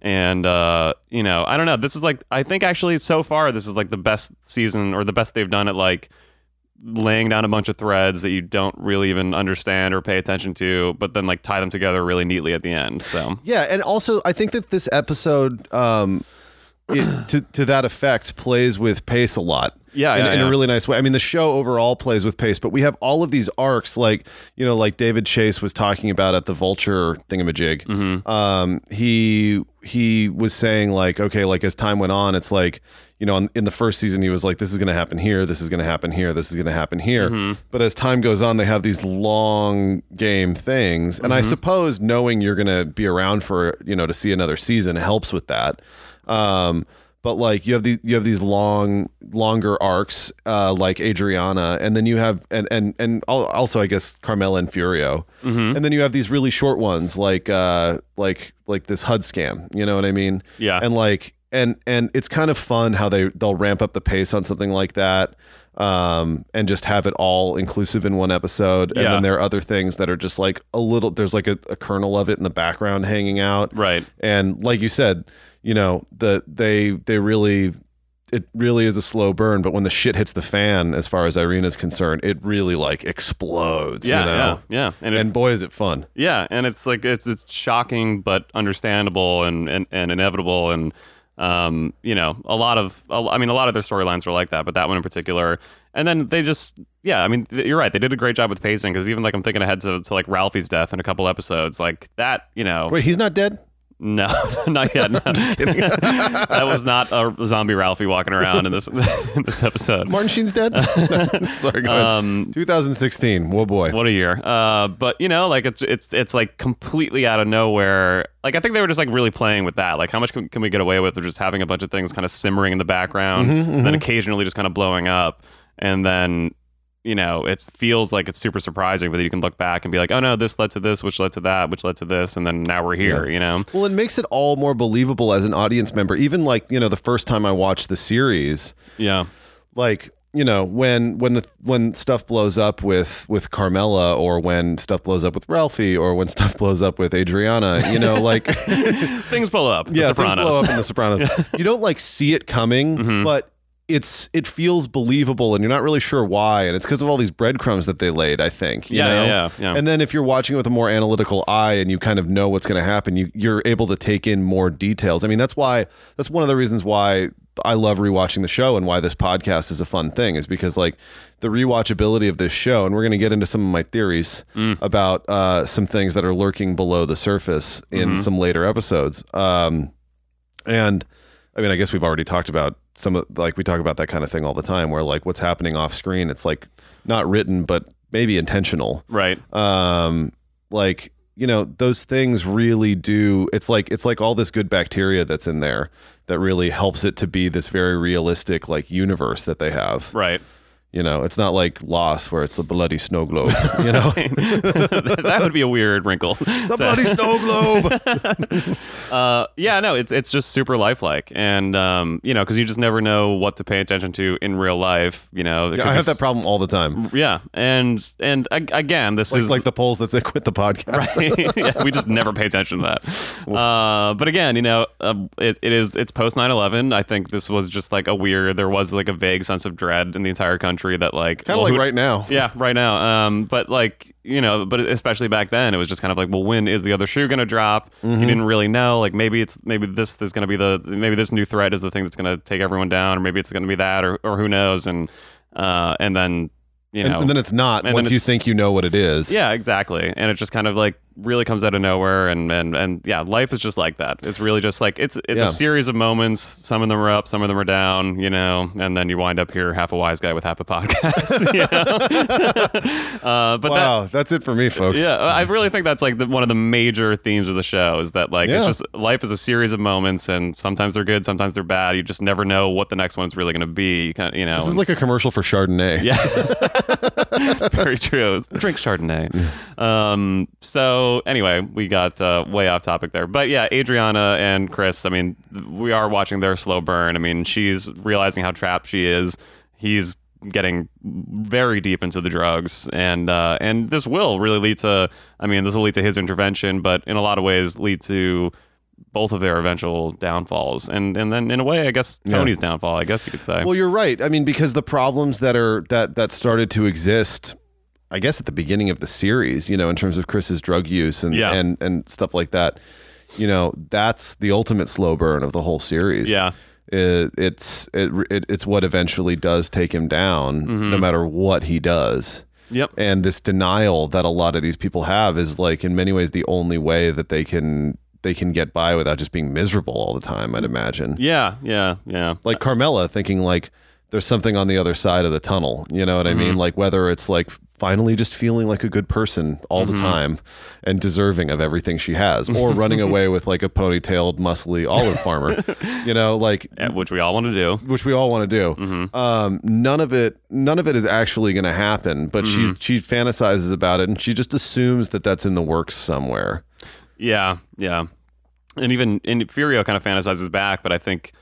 Speaker 3: And uh, you know, I don't know. This is like I think actually so far this is like the best season or the best they've done at like laying down a bunch of threads that you don't really even understand or pay attention to, but then like tie them together really neatly at the end. So
Speaker 5: Yeah, and also I think that this episode um it, to to that effect plays with pace a lot.
Speaker 3: Yeah,
Speaker 5: in,
Speaker 3: yeah,
Speaker 5: in a
Speaker 3: yeah.
Speaker 5: really nice way. I mean, the show overall plays with pace, but we have all of these arcs, like you know, like David Chase was talking about at the Vulture thingamajig.
Speaker 3: Mm-hmm.
Speaker 5: Um, he he was saying like, okay, like as time went on, it's like you know, in, in the first season, he was like, this is going to happen here, this is going to happen here, this is going to happen here. But as time goes on, they have these long game things, and I suppose knowing you're going to be around for you know to see another season helps with that. Um, but like you have these you have these long longer arcs uh, like Adriana and then you have and and and al- also I guess Carmela and Furio
Speaker 3: Mm-hmm.
Speaker 5: and then you have these really short ones like uh like like this HUD scam you know what I mean
Speaker 3: Yeah.
Speaker 5: and like and and it's kind of fun how they they'll ramp up the pace on something like that um and just have it all inclusive in one episode and
Speaker 3: Yeah.
Speaker 5: then there are other things that are just like a little there's like a, a kernel of it in the background hanging out
Speaker 3: Right.
Speaker 5: and like you said you know the they they really it really is a slow burn but when the shit hits the fan as far as irene is concerned it really like explodes
Speaker 3: Yeah,
Speaker 5: you know
Speaker 3: yeah, yeah. And, it,
Speaker 5: and boy is it fun
Speaker 3: yeah, and it's like it's it's shocking but understandable and and, and inevitable and um, you know, a lot of a lo- I mean a lot of their storylines were like that, but that one in particular. And then they just yeah, I mean th- you're right. They did a great job with pacing because even like I'm thinking ahead to, to like Ralphie's death in a couple episodes, like that, you know.
Speaker 5: wait he's not dead
Speaker 3: No, not yet. No. that was not a zombie Ralphie walking around in this in this episode.
Speaker 5: martin sheen's dead sorry go ahead. 2016 whoa boy
Speaker 3: Um, What a year. Uh, but you know, like it's it's it's like completely out of nowhere. Like I think they were just like really playing with that. Like how much can, can we get away with? Or just having a bunch of things kind of simmering in the background,
Speaker 5: Mm-hmm,
Speaker 3: and then occasionally just kind of blowing up, and then you know it feels like it's super surprising, but then you can look back and be like, oh no, this led to this, which led to that, which led to this, and then now we're here. You know.
Speaker 5: Well, it makes it all more believable as an audience member. Even like, you know, the first time I watched the series,
Speaker 3: Yeah.
Speaker 5: like, you know, when when the when stuff blows up with with Carmela or when stuff blows up with Ralphie or when stuff blows up with Adriana, you know, like
Speaker 3: Things blow up. the
Speaker 5: yeah, things
Speaker 3: Sopranos.
Speaker 5: blow up in the Sopranos. You don't like see it coming, but it's it feels believable, and you're not really sure why, and it's because of all these breadcrumbs that they laid. I think, you
Speaker 3: Yeah,
Speaker 5: know?
Speaker 3: yeah, yeah, yeah.
Speaker 5: And then if you're watching it with a more analytical eye, and you kind of know what's going to happen, you you're able to take in more details. I mean, that's why that's one of the reasons why I love rewatching the show and why this podcast is a fun thing is because like the rewatchability of this show, and we're going to get into some of my theories
Speaker 3: Mm.
Speaker 5: about uh, some things that are lurking below the surface in
Speaker 3: Mm-hmm.
Speaker 5: some later episodes. Um, and I mean, I guess we've already talked about some of like we talk about that kind of thing all the time, where like what's happening off screen, it's like not written, but maybe intentional.
Speaker 3: Right.
Speaker 5: Um, like you know, those things really do. It's like it's like all this good bacteria that's in there that really helps it to be this very realistic like universe that they have.
Speaker 3: Right.
Speaker 5: You know, it's not like Lost where it's a bloody snow globe. You know,
Speaker 3: that would be a weird wrinkle.
Speaker 5: it's a bloody snow globe.
Speaker 3: Uh, yeah, no, it's it's just super lifelike, and um, you know, because you just never know what to pay attention to in real life. You know,
Speaker 5: I have that problem all the time.
Speaker 3: Yeah, and and ag- again, this
Speaker 5: It's
Speaker 3: is
Speaker 5: like the polls that say quit the podcast.
Speaker 3: yeah, we just never pay attention to that. Uh, but again, you know, uh, it, it is it's post 9-11. I think this was just like a weird. There was like a vague sense of dread in the entire country that like
Speaker 5: Kind of
Speaker 3: well,
Speaker 5: like
Speaker 3: who-
Speaker 5: right now.
Speaker 3: yeah, right now. Um, but like you know, but especially back then, it was just kind of like, well, when is the other shoe going to drop?
Speaker 5: Mm-hmm.
Speaker 3: You didn't really know. Like maybe it's maybe this is going to be the maybe this new threat is the thing that's going to take everyone down, or maybe it's going to be that, or or who knows? And uh, and then you know,
Speaker 5: and, and then it's not
Speaker 3: And then
Speaker 5: once you
Speaker 3: it's-
Speaker 5: think you know what it is.
Speaker 3: yeah, exactly. And it just kind of like really comes out of nowhere, and and and yeah, life is just like that. It's really just like it's it's
Speaker 5: Yeah.
Speaker 3: a series of moments. Some of them are up, some of them are down, you know, and then you wind up here half a wise guy with half a podcast. you know? uh, but that,
Speaker 5: Wow, that's it for me, folks.
Speaker 3: yeah, I really think that's like the, one of the major themes of the show is that like
Speaker 5: Yeah.
Speaker 3: it's just life is a series of moments, and sometimes they're good, sometimes they're bad. You just never know what the next one's really going to be. You, kind you know,
Speaker 5: This is
Speaker 3: and-
Speaker 5: like a commercial for Chardonnay.
Speaker 3: yeah. Very true. Drink Chardonnay. Um, so anyway, we got uh, way off topic there. But yeah, Adriana and Chris, I mean, we are watching their slow burn. I mean, she's realizing how trapped she is. He's getting very deep into the drugs and uh, and this will really lead to I mean, this will lead to his intervention, but in a lot of ways lead to both of their eventual downfalls. And and then in a way, I guess Tony's downfall, I guess you could say.
Speaker 5: Well, you're right. I mean, because the problems that are that that started to exist, I guess at the beginning of the series, you know, in terms of Chris's drug use and
Speaker 3: Yeah.
Speaker 5: and and stuff like that, you know, that's the ultimate slow burn of the whole series.
Speaker 3: Yeah.
Speaker 5: it, it's it, it, it's what eventually does take him down,
Speaker 3: Mm-hmm.
Speaker 5: no matter what he does.
Speaker 3: Yep.
Speaker 5: And this denial that a lot of these people have is like, in many ways, the only way that they can they can get by without just being miserable all the time. I'd imagine,
Speaker 3: Yeah. Yeah. Yeah.
Speaker 5: like Carmela, thinking like there's something on the other side of the tunnel. You know what I mean? Like whether it's like finally just feeling like a good person all the time and deserving of everything she has, or running away with like a ponytailed, muscly olive farmer. You know, like
Speaker 3: Yeah, Eh, Which we all want to do.
Speaker 5: which we all want to do. Um, none of it, none of it is actually going to happen. But she she fantasizes about it, and she just assumes that that's in the works somewhere.
Speaker 3: Yeah, yeah. And even and Furio kind of fantasizes back, but I think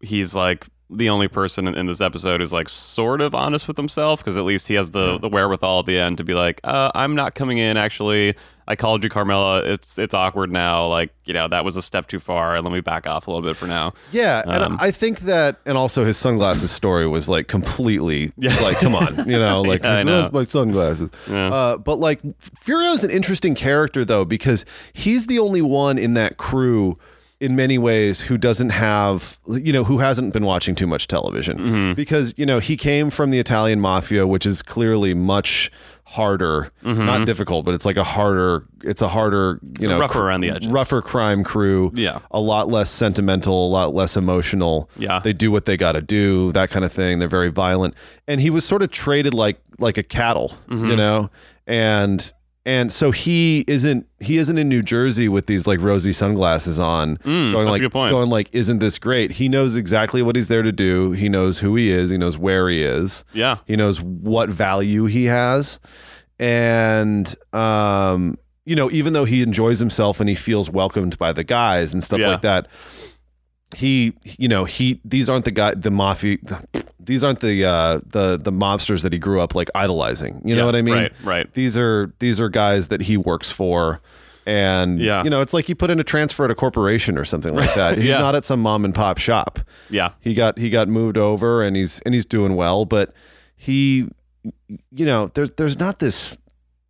Speaker 3: he's like the only person in, in this episode who's like sort of honest with himself because at least he has the, the wherewithal at the end to be like, uh, I'm not coming in. Actually, I called you, Carmela. It's it's awkward now. Like you know that was a step too far. Let me back off a little bit for now.
Speaker 5: Yeah, and
Speaker 3: Um,
Speaker 5: I think that, and also his sunglasses story was like completely like, come on, you know, like
Speaker 3: Yeah, I know.
Speaker 5: my sunglasses. Uh, but like Furio's an interesting character though because he's the only one in that crew. In many ways, who doesn't have, you know, who hasn't been watching too much television
Speaker 3: Mm-hmm.
Speaker 5: because, you know, he came from the Italian mafia, which is clearly much harder,
Speaker 3: Mm-hmm.
Speaker 5: not difficult, but it's like a harder, it's a harder, you know,
Speaker 3: Rougher
Speaker 5: cr-
Speaker 3: around the edges.
Speaker 5: rougher crime crew.
Speaker 3: Yeah.
Speaker 5: A lot less sentimental, a lot less emotional.
Speaker 3: Yeah.
Speaker 5: They do what they got to do, that kind of thing. They're very violent. And he was sort of traded like like a cattle,
Speaker 3: Mm-hmm.
Speaker 5: you know? And and so he isn't he isn't in New Jersey with these like rosy sunglasses on
Speaker 3: Mm,
Speaker 5: going
Speaker 3: that's a
Speaker 5: like
Speaker 3: good point.
Speaker 5: going like isn't this great? He knows exactly what he's there to do. He knows who he is, he knows where he is.
Speaker 3: Yeah.
Speaker 5: He knows what value he has. And um, you know, even though he enjoys himself and he feels welcomed by the guys and stuff
Speaker 3: Yeah.
Speaker 5: like that, he you know, he these aren't the guy the mafia these aren't the uh the the mobsters that he grew up like idolizing. You
Speaker 3: Yeah,
Speaker 5: know what I mean?
Speaker 3: right, right.
Speaker 5: These are these are guys that he works for. And
Speaker 3: Yeah.
Speaker 5: you know, it's like you put in a transfer at a corporation or something like that. He's
Speaker 3: Yeah.
Speaker 5: not at some mom and pop shop
Speaker 3: Yeah,
Speaker 5: he got he got moved over and he's and he's doing well but he you know there's there's not this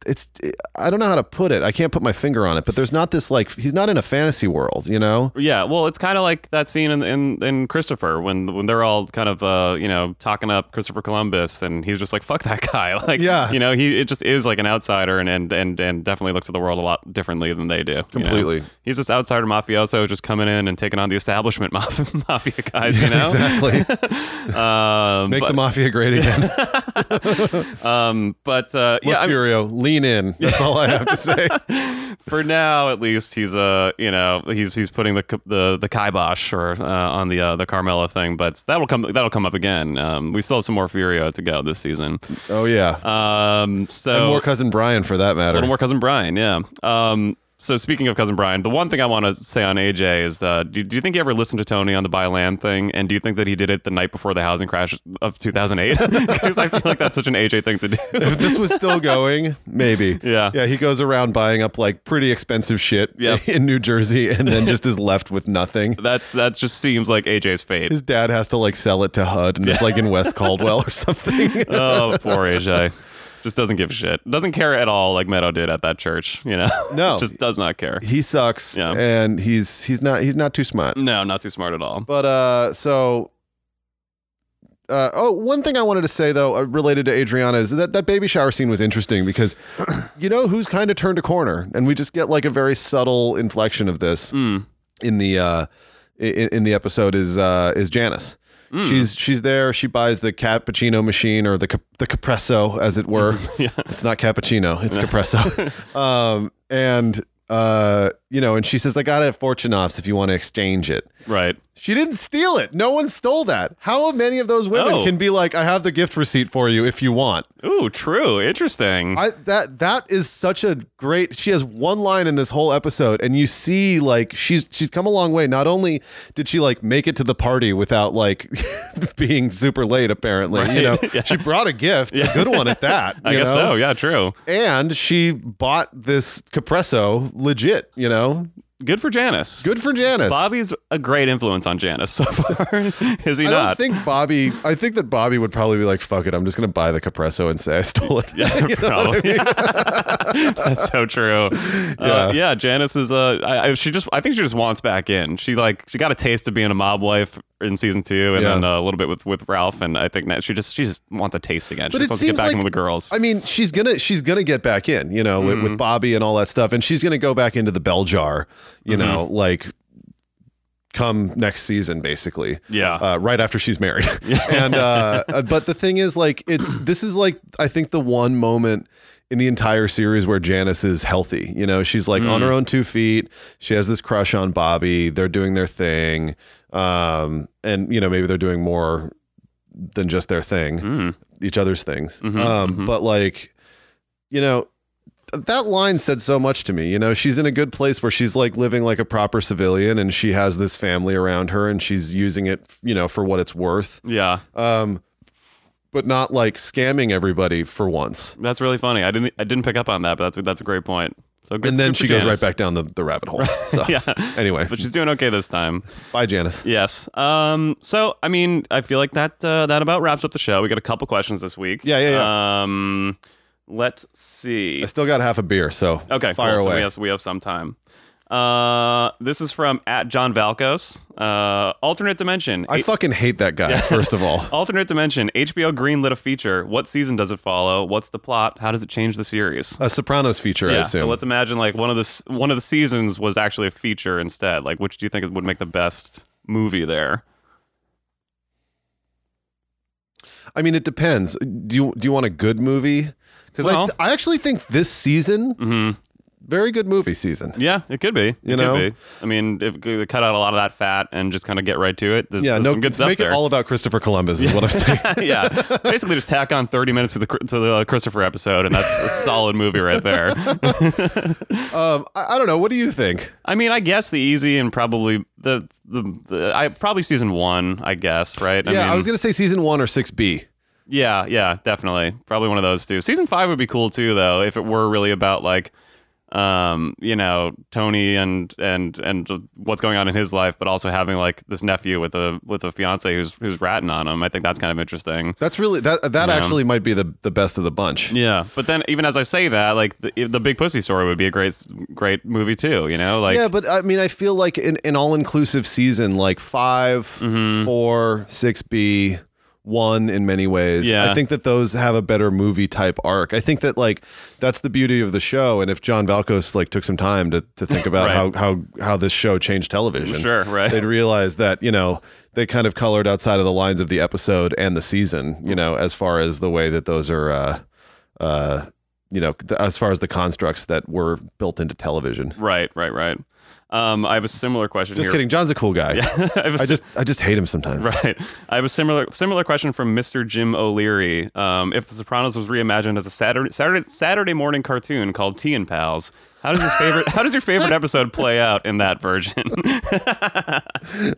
Speaker 5: it's i don't know how to put it i can't put my finger on it but there's not this like he's not in a fantasy world you know
Speaker 3: Yeah, well, it's kind of like that scene in, in in Christopher when when they're all kind of uh, you know talking up Christopher Columbus, and he's just like, "Fuck that guy!" Like,
Speaker 5: Yeah.
Speaker 3: you know, he it just is like an outsider, and and and, and definitely looks at the world a lot differently than they do. you know?
Speaker 5: Completely.
Speaker 3: he's this outsider mafioso just coming in and taking on the establishment maf- mafia guys. You know,
Speaker 5: exactly
Speaker 3: um,
Speaker 5: make
Speaker 3: but,
Speaker 5: the mafia great again Look,
Speaker 3: but uh, yeah, I mean,
Speaker 5: furio lean in that's all i have to say
Speaker 3: for now at least he's uh you know he's he's putting the ki- the the kibosh or uh, on the uh, the Carmela thing, but that'll come that'll come up again. Um, we still have some more Furio to go this season.
Speaker 5: oh yeah
Speaker 3: Um, so
Speaker 5: and more cousin brian for that matter
Speaker 3: little more cousin Brian, yeah. Um, so speaking of cousin Brian, the one thing I want to say on AJ is that do, do you think he ever listened to Tony on the buy land thing, and do you think that he did it the night before the housing crash of 2008? Because I feel like that's such an AJ thing to do.
Speaker 5: if this was still going, maybe.
Speaker 3: Yeah.
Speaker 5: Yeah, he goes around buying up like pretty expensive shit
Speaker 3: Yeah.
Speaker 5: in New Jersey and then just is left with nothing.
Speaker 3: That's that just seems like AJ's fate.
Speaker 5: His dad has to like sell it to HUD, and it's like in West Caldwell or something.
Speaker 3: oh, poor AJ. Just doesn't give a shit. Doesn't care at all like Meadow did at that church, you know?
Speaker 5: No.
Speaker 3: Just does not care.
Speaker 5: he sucks,
Speaker 3: Yeah.
Speaker 5: and he's he's not he's not too smart.
Speaker 3: No, not too smart at all.
Speaker 5: But uh, so. Uh, oh, one thing I wanted to say though, uh, related to Adriana, is that that baby shower scene was interesting because, you know, who's kind of turned a corner, and we just get like a very subtle inflection of this in the uh, in, in the episode is uh, is Janice. She's she's there. She buys the cappuccino machine or the cap- the capresso, as it were. It's not cappuccino. It's capresso. um, and uh, you know, and she says, "I got it at Fortunoff's if you want to exchange it."
Speaker 3: Right.
Speaker 5: She didn't steal it. No one stole that. How many of those women
Speaker 3: Oh.
Speaker 5: can be like, "I have the gift receipt for you if you want"?
Speaker 3: Ooh, true. Interesting.
Speaker 5: I that that is such a great. She has one line in this whole episode, and you see like she's she's come a long way. Not only did she like make it to the party without like being super late, apparently, you know, she brought a gift, a good one at that.
Speaker 3: I
Speaker 5: you
Speaker 3: guess
Speaker 5: know?
Speaker 3: so. Yeah, true.
Speaker 5: And she bought this capresso legit, you know.
Speaker 3: good for Janice.
Speaker 5: Good for Janice.
Speaker 3: Bobby's a great influence on Janice so far, is he
Speaker 5: I
Speaker 3: not?
Speaker 5: don't think Bobby. I think that Bobby would probably be like, "Fuck it, I'm just gonna buy the Capresso and say I stole it." You know what I
Speaker 3: Probably.
Speaker 5: mean?
Speaker 3: That's so true. Yeah, uh, yeah Janice is uh, I, I- she just I think she just wants back in. She like she got a taste of being a mob wife in season two, and
Speaker 5: Yeah.
Speaker 3: then uh, a little bit with with Ralph, and I think that she just she just wants a taste again. She
Speaker 5: But
Speaker 3: just
Speaker 5: it
Speaker 3: wants to get
Speaker 5: seems
Speaker 3: back in
Speaker 5: like-
Speaker 3: with the girls.
Speaker 5: I mean, she's gonna she's gonna get back in, you know, with, with Bobby and all that stuff, and she's gonna go back into the bell jar, you know, like come next season, basically.
Speaker 3: Yeah.
Speaker 5: uh, right after she's married. and uh, uh, but the thing is, like, it's this is like I think the one moment in the entire series where Janice is healthy. You know, she's like on her own two feet. She has this crush on Bobby. They're doing their thing, um, and you know maybe they're doing more than just their thing, each other's things. um, But like, you know, th- that line said so much to me. You know, she's in a good place where she's like living like a proper civilian, and she has this family around her, and she's using it, you know, for what it's worth,
Speaker 3: yeah,
Speaker 5: but not like scamming everybody for once.
Speaker 3: that's really funny. I didn't I didn't pick up on that, but that's that's a great point. So good,
Speaker 5: And then
Speaker 3: good for
Speaker 5: she goes
Speaker 3: Janice.
Speaker 5: right back down the, the rabbit hole. So
Speaker 3: Yeah.
Speaker 5: anyway,
Speaker 3: But she's doing okay this time.
Speaker 5: bye Janice.
Speaker 3: Yes. Um. So I mean, I feel like that uh, that about wraps up the show. We got a couple questions this week.
Speaker 5: Yeah, yeah,
Speaker 3: yeah. Um. Let's see.
Speaker 5: I still got half a beer, so
Speaker 3: Okay,
Speaker 5: fire
Speaker 3: cool. So
Speaker 5: away.
Speaker 3: we have we have some time. Uh, this is from at John Valkos. Uh, alternate dimension.
Speaker 5: I
Speaker 3: A-
Speaker 5: fucking hate that guy. First of all,
Speaker 3: alternate dimension. HBO greenlit a feature. What season does it follow? What's the plot? How does it change the series?
Speaker 5: a Sopranos feature, I
Speaker 3: yeah.
Speaker 5: assume.
Speaker 3: So let's imagine like one of the s- one of the seasons was actually a feature instead. Like, which do you think would make the best movie there?
Speaker 5: I mean, it depends. Do you do you want a good movie? Because I
Speaker 3: Well- Mm-hmm.
Speaker 5: th- I actually think this season, very good movie season.
Speaker 3: Yeah, it could be. It
Speaker 5: You know?
Speaker 3: could be. I mean, if they cut out a lot of that fat and just kind of get right to it. There's,
Speaker 5: yeah,
Speaker 3: there's
Speaker 5: no,
Speaker 3: some good stuff
Speaker 5: make
Speaker 3: there.
Speaker 5: it all about Christopher Columbus is what I'm saying.
Speaker 3: yeah, basically just tack on 30 minutes to the to the Christopher episode, and that's a solid movie right there.
Speaker 5: um, I, I don't know. What do you think?
Speaker 3: I mean, I guess the easy and probably the the, the I probably season one, I guess, right?
Speaker 5: yeah,
Speaker 3: mean,
Speaker 5: I was gonna say season one or six B.
Speaker 3: yeah, yeah, definitely, probably one of those two. Season five would be cool too, though, if it were really about like, um, you know, Tony and and and just what's going on in his life, but also having like this nephew with a with a fiance who's who's ratting on him. I think that's kind of interesting.
Speaker 5: That's really that that actually might be the the best of the bunch.
Speaker 3: Yeah, but then even as I say that, like the, the Big Pussy Story would be a great, great movie too. You know, like
Speaker 5: yeah, but I mean, I feel like in, an all inclusive season, like five,
Speaker 3: Mm-hmm.
Speaker 5: four, six B, one in many ways.
Speaker 3: Yeah.
Speaker 5: I think that those have a better movie type arc. I think that like that's the beauty of the show. And if John Valkos like took some time to, to think about
Speaker 3: Right.
Speaker 5: how, how how this show changed television,
Speaker 3: Sure, right.
Speaker 5: they'd realize that you know they kind of colored outside of the lines of the episode and the season. You know, as far as the way that those are. uh uh you know, th- as far as the constructs that were built into television.
Speaker 3: right, right, right. Um, I have a similar question.
Speaker 5: Just
Speaker 3: here.
Speaker 5: kidding. John's a cool guy.
Speaker 3: I, have a,
Speaker 5: I
Speaker 3: si-
Speaker 5: just I just hate him sometimes.
Speaker 3: right. I have a similar similar question from Mr. Jim O'Leary. Um, if The Sopranos was reimagined as a Saturday Saturday Saturday morning cartoon called Tea and Pals, how does your favorite how does your favorite episode play out in that version?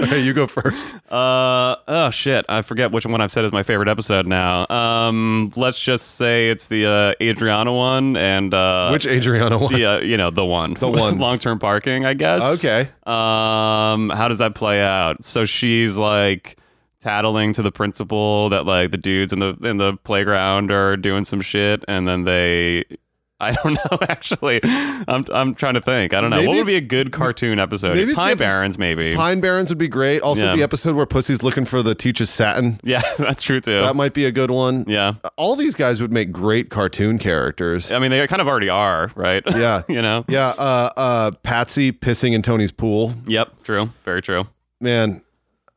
Speaker 5: Okay, you go first.
Speaker 3: Uh oh shit! I forget which one I've said is my favorite episode now. Um, let's just say it's the uh, Adriana one and uh,
Speaker 5: Which Adriana one?
Speaker 3: the uh, you know the one the
Speaker 5: one.
Speaker 3: long term parking I guess
Speaker 5: Okay.
Speaker 3: um how does that play out so she's like tattling to the principal that like the dudes in the in the playground are doing some shit and then they I don't know actually I'm I'm trying to think I don't know
Speaker 5: Maybe
Speaker 3: what would be a
Speaker 5: it's-
Speaker 3: good cartoon episode
Speaker 5: maybe it's
Speaker 3: Pine
Speaker 5: the-
Speaker 3: Barrens maybe
Speaker 5: Pine Barrens would be great. Also,
Speaker 3: Yeah.
Speaker 5: the episode where Pussy's looking for the teacher's satin.
Speaker 3: yeah that's true too
Speaker 5: That might be a good one.
Speaker 3: yeah
Speaker 5: All these guys would make great cartoon characters.
Speaker 3: I mean they kind of already are right
Speaker 5: Yeah.
Speaker 3: you know
Speaker 5: Yeah. Uh, uh, Patsy pissing in Tony's pool.
Speaker 3: yep true very true
Speaker 5: Man,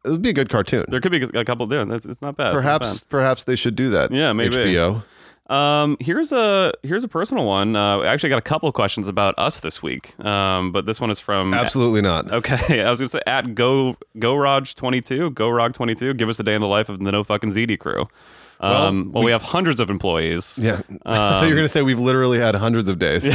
Speaker 5: it would be a good cartoon.
Speaker 3: there could be a couple doing that's it's not bad It's not bad.
Speaker 5: Perhaps, perhaps they should do that.
Speaker 3: Yeah, maybe.
Speaker 5: HBO.
Speaker 3: Um, here's a here's a personal one. Uh, I actually got a couple of questions about us this week. Um, but this one is from
Speaker 5: Absolutely not.
Speaker 3: Okay, I was gonna say at go go rog twenty two go rog twenty two. Give us a day in the life of the no fucking ZD crew. Um, well, we, have hundreds of employees.
Speaker 5: Yeah. I thought you were going to say we've literally had hundreds of days.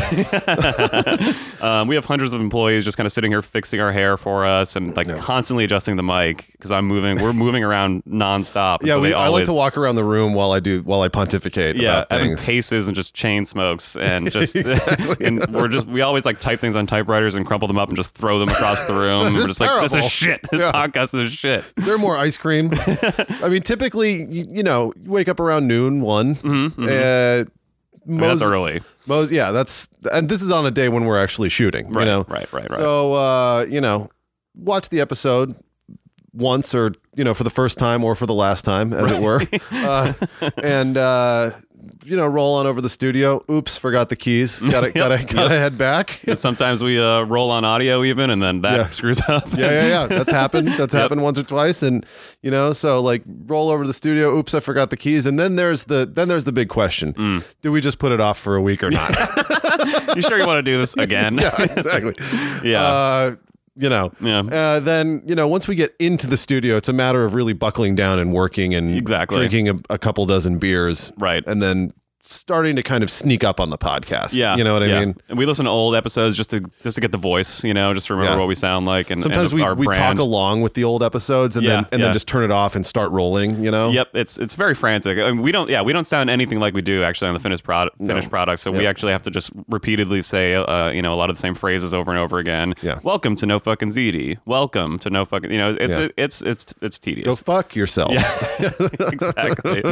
Speaker 3: Um, we have hundreds of employees just kind of sitting here fixing our hair for us and like constantly adjusting the mic because I'm moving. We're moving around nonstop. and
Speaker 5: Yeah,
Speaker 3: so
Speaker 5: we,
Speaker 3: they
Speaker 5: I like
Speaker 3: always-
Speaker 5: to walk around the room while I do while I pontificate
Speaker 3: Yeah,
Speaker 5: about
Speaker 3: having
Speaker 5: things.
Speaker 3: cases and just chain smokes and just and we're just we always like type things on typewriters and crumple them up and just throw them across the room.
Speaker 5: This
Speaker 3: we're
Speaker 5: is
Speaker 3: just like this is
Speaker 5: terrible.
Speaker 3: shit. This
Speaker 5: Yeah.
Speaker 3: podcast is shit.
Speaker 5: They're more ice cream. I mean, typically, you, you know, you wake up around noon, one. Uh,
Speaker 3: Mm-hmm, I mean, that's
Speaker 5: Mose-
Speaker 3: early.
Speaker 5: Mose, yeah, that's and this is on a day when we're actually shooting.
Speaker 3: Right,
Speaker 5: you know?
Speaker 3: right, right, right.
Speaker 5: So uh, you know, watch the episode once or you know for the first time or for the last time, as it were, uh, and uh, you know, roll on over to the studio. Oops, forgot the keys. Gotta gotta gotta head back.
Speaker 3: And sometimes we uh, roll on audio even, and then that
Speaker 5: Yeah.
Speaker 3: screws up.
Speaker 5: yeah, yeah, yeah. That's happened. That's happened once or twice, and you know, so like roll over to the studio. Oops, I forgot the keys. And then there's the then there's the big question:
Speaker 3: Mm.
Speaker 5: Do we just put it off for a week or not?
Speaker 3: you sure you want to do this again?
Speaker 5: yeah, exactly.
Speaker 3: Yeah.
Speaker 5: Uh, you know,
Speaker 3: Yeah.
Speaker 5: uh, then, you know, once we get into the studio, it's a matter of really buckling down and working and
Speaker 3: Exactly.
Speaker 5: drinking a, a couple dozen beers.
Speaker 3: Right.
Speaker 5: And then starting to kind of sneak up on the podcast.
Speaker 3: Yeah,
Speaker 5: You know what I
Speaker 3: yeah.
Speaker 5: mean?
Speaker 3: And we listen to old episodes just to just to get the voice, you know, just to remember
Speaker 5: Yeah.
Speaker 3: what we sound like and
Speaker 5: Sometimes
Speaker 3: and
Speaker 5: we,
Speaker 3: our
Speaker 5: we talk
Speaker 3: brand.
Speaker 5: along with the old episodes and
Speaker 3: Yeah,
Speaker 5: then and
Speaker 3: yeah.
Speaker 5: then just turn it off and start rolling, you know?
Speaker 3: Yep, it's it's very frantic. I mean, we don't, yeah, we don't sound anything like we do actually on the finished product. Finished product, so we
Speaker 5: Yep.
Speaker 3: actually have to just repeatedly say, uh, you know, a lot of the same phrases over and over again.
Speaker 5: Yeah.
Speaker 3: Welcome to no fucking ZD. Welcome to no fucking. You know, it's
Speaker 5: Yeah.
Speaker 3: it's it's it's
Speaker 5: Go
Speaker 3: tedious.
Speaker 5: fuck yourself.
Speaker 3: exactly.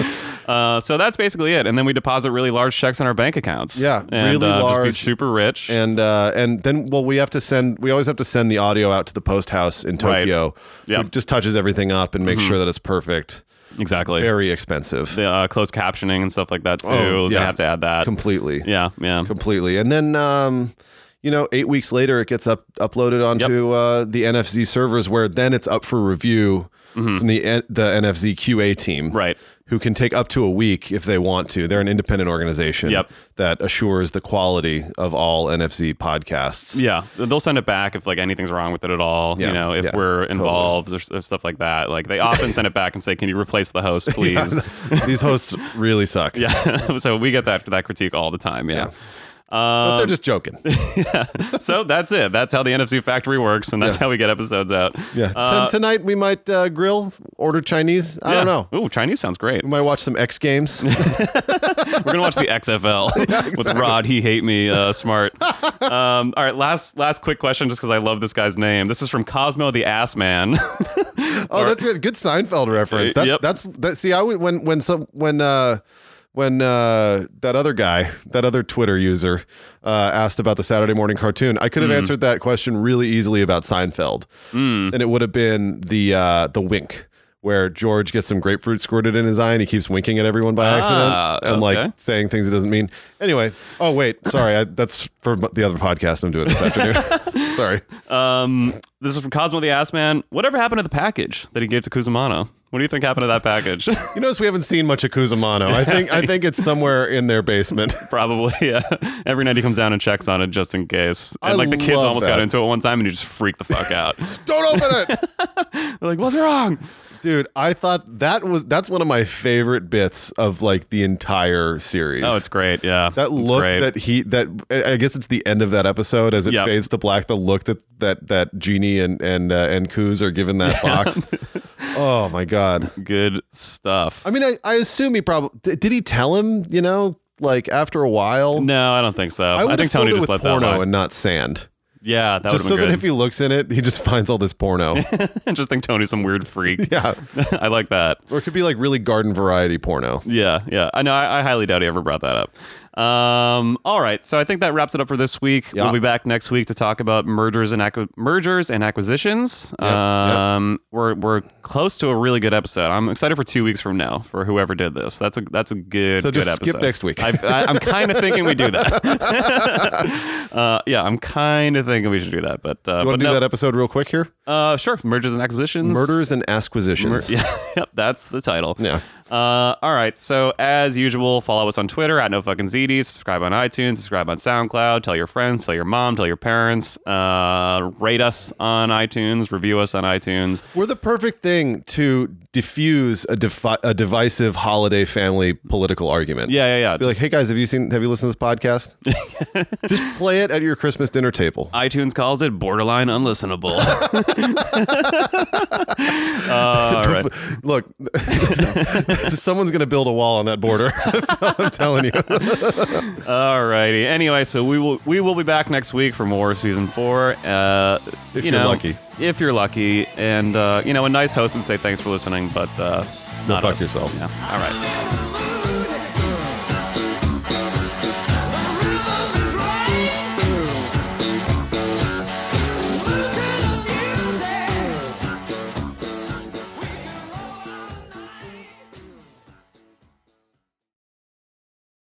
Speaker 3: Uh, so that's basically it. And then we deposit really large checks on our bank accounts.
Speaker 5: Yeah,
Speaker 3: and,
Speaker 5: really
Speaker 3: uh,
Speaker 5: large.
Speaker 3: Just be super rich.
Speaker 5: And uh, and then well we have to send we always have to send the audio out to the post house in
Speaker 3: Right.
Speaker 5: Tokyo.
Speaker 3: Yeah. Mm-hmm.
Speaker 5: Who just touches everything up and makes sure that it's perfect.
Speaker 3: exactly.
Speaker 5: Very expensive.
Speaker 3: the uh, closed captioning and stuff like that too.
Speaker 5: Oh,
Speaker 3: They
Speaker 5: yeah.
Speaker 3: have to add that.
Speaker 5: completely
Speaker 3: yeah, yeah.
Speaker 5: completely and then um you know eight weeks later it gets up uploaded onto uh the nfz servers where then it's up for review from the N- the nfz qa team
Speaker 3: Mm-hmm. Right.
Speaker 5: who can take up to a week if they want to they're an independent organization
Speaker 3: Yep.
Speaker 5: that assures the quality of all nfz podcasts
Speaker 3: Yeah, they'll send it back if like anything's wrong with it at all.
Speaker 5: Yeah,
Speaker 3: You know, if
Speaker 5: yeah,
Speaker 3: we're involved or, or stuff like that. Like they often send it back and say, "Can you replace the host, please?" Yeah.
Speaker 5: these hosts really suck
Speaker 3: so we get that that critique all the time. Yeah.
Speaker 5: but
Speaker 3: Um,
Speaker 5: they're just joking
Speaker 3: so that's it. That's how the NFC Factory works, and that's how we get episodes out.
Speaker 5: yeah
Speaker 3: Uh,
Speaker 5: T- tonight we might uh, grill order chinese i don't know
Speaker 3: yeah. Ooh, Chinese sounds great.
Speaker 5: we might watch some x games
Speaker 3: We're gonna watch the XFL with Rod. He hate me. Uh, smart. Um, all right, last last quick question, just because I love this guy's name. This is from Cosmo the Ass Man.
Speaker 5: Oh, that's a good Seinfeld reference.
Speaker 3: Uh,
Speaker 5: That's
Speaker 3: yep.
Speaker 5: that's that. See, I would- when when some when uh when uh that other guy, that other Twitter user, uh, asked about the Saturday morning cartoon, I could
Speaker 3: Hmm.
Speaker 5: have answered that question really easily about Seinfeld, and it would have been the uh the wink. Where George gets some grapefruit squirted in his eye and he keeps winking at everyone by accident
Speaker 3: Ah,
Speaker 5: and
Speaker 3: okay.
Speaker 5: like saying things it doesn't mean. Anyway, oh wait, sorry, I, that's for the other podcast I'm doing this afternoon. sorry.
Speaker 3: Um, this is from Cosmo the Ass Man. Whatever happened to the package that he gave to Kuzumano? What do you think happened to that package?
Speaker 5: You notice we haven't seen much of Cusimano. I think I think it's somewhere in their basement.
Speaker 3: Probably, yeah. Every night he comes down and checks on it just in case. And
Speaker 5: I
Speaker 3: like the kids
Speaker 5: love
Speaker 3: almost got
Speaker 5: that.
Speaker 3: into it one time and he just freaked the fuck out. They're
Speaker 5: Don't open it,
Speaker 3: like, what's wrong?
Speaker 5: dude. I thought that was that's one of my favorite bits of like the entire series.
Speaker 3: Oh, it's great. Yeah.
Speaker 5: that
Speaker 3: It's
Speaker 5: look
Speaker 3: great.
Speaker 5: that he that I I guess it's the end of that episode as it
Speaker 3: Yep.
Speaker 5: fades to black. The look that that that genie and and uh, and Kuz are given that box. oh my god.
Speaker 3: good stuff.
Speaker 5: I mean, I, I assume he probably did. He tell him, you know, like after a while.
Speaker 3: no, I don't think so. I,
Speaker 5: would've
Speaker 3: think
Speaker 5: filled
Speaker 3: Tony
Speaker 5: it
Speaker 3: just let
Speaker 5: with
Speaker 3: that
Speaker 5: porno
Speaker 3: lie.
Speaker 5: and not sand.
Speaker 3: yeah, that would
Speaker 5: Just so
Speaker 3: have been
Speaker 5: that if
Speaker 3: good.
Speaker 5: he looks in it, he just finds all this porno.
Speaker 3: just think Tony's some weird freak.
Speaker 5: yeah.
Speaker 3: I like that.
Speaker 5: Or it could be like really garden variety porno.
Speaker 3: Yeah, yeah. I know. I, I highly doubt he ever brought that up. Um, all right, so I think that wraps it up for this week.
Speaker 5: Yeah.
Speaker 3: We'll be back next week to talk about mergers and acqui- mergers and acquisitions.
Speaker 5: yeah.
Speaker 3: Um, we're we're close to a really good episode. I'm excited for two weeks from now for whoever did this. That's a that's a good.
Speaker 5: So just
Speaker 3: good
Speaker 5: skip
Speaker 3: episode.
Speaker 5: next week.
Speaker 3: I, I, I'm kind of thinking we do that. uh, yeah, I'm kind of thinking we should do that. But uh,
Speaker 5: You want
Speaker 3: but
Speaker 5: to do
Speaker 3: no,
Speaker 5: that episode real quick here?
Speaker 3: Uh, sure, mergers and acquisitions.
Speaker 5: Murders and acquisitions.
Speaker 3: Yeah, yep, that's the title.
Speaker 5: Yeah.
Speaker 3: Uh, all right. So as usual, follow us on Twitter at no fucking ZD. Subscribe on iTunes. Subscribe on SoundCloud. Tell your friends. Tell your mom. Tell your parents. Uh, rate us on iTunes. Review us on iTunes.
Speaker 5: We're the perfect thing to diffuse a, defi- a divisive holiday family political argument.
Speaker 3: Yeah, yeah, yeah.
Speaker 5: Just be like, hey guys, have you seen? Have you listened to this podcast? Just play it at your Christmas dinner table.
Speaker 3: iTunes calls it borderline unlistenable. All right.
Speaker 5: Look, someone's gonna build a wall on that border. I'm telling you.
Speaker 3: All righty. Anyway, so we will we will be back next week for more season four. Uh, if
Speaker 5: you're lucky.
Speaker 3: if you're lucky, and uh, you know, a nice host and say thanks for listening, but uh, not
Speaker 5: fuck
Speaker 3: us.
Speaker 5: yourself.
Speaker 3: Yeah. All right.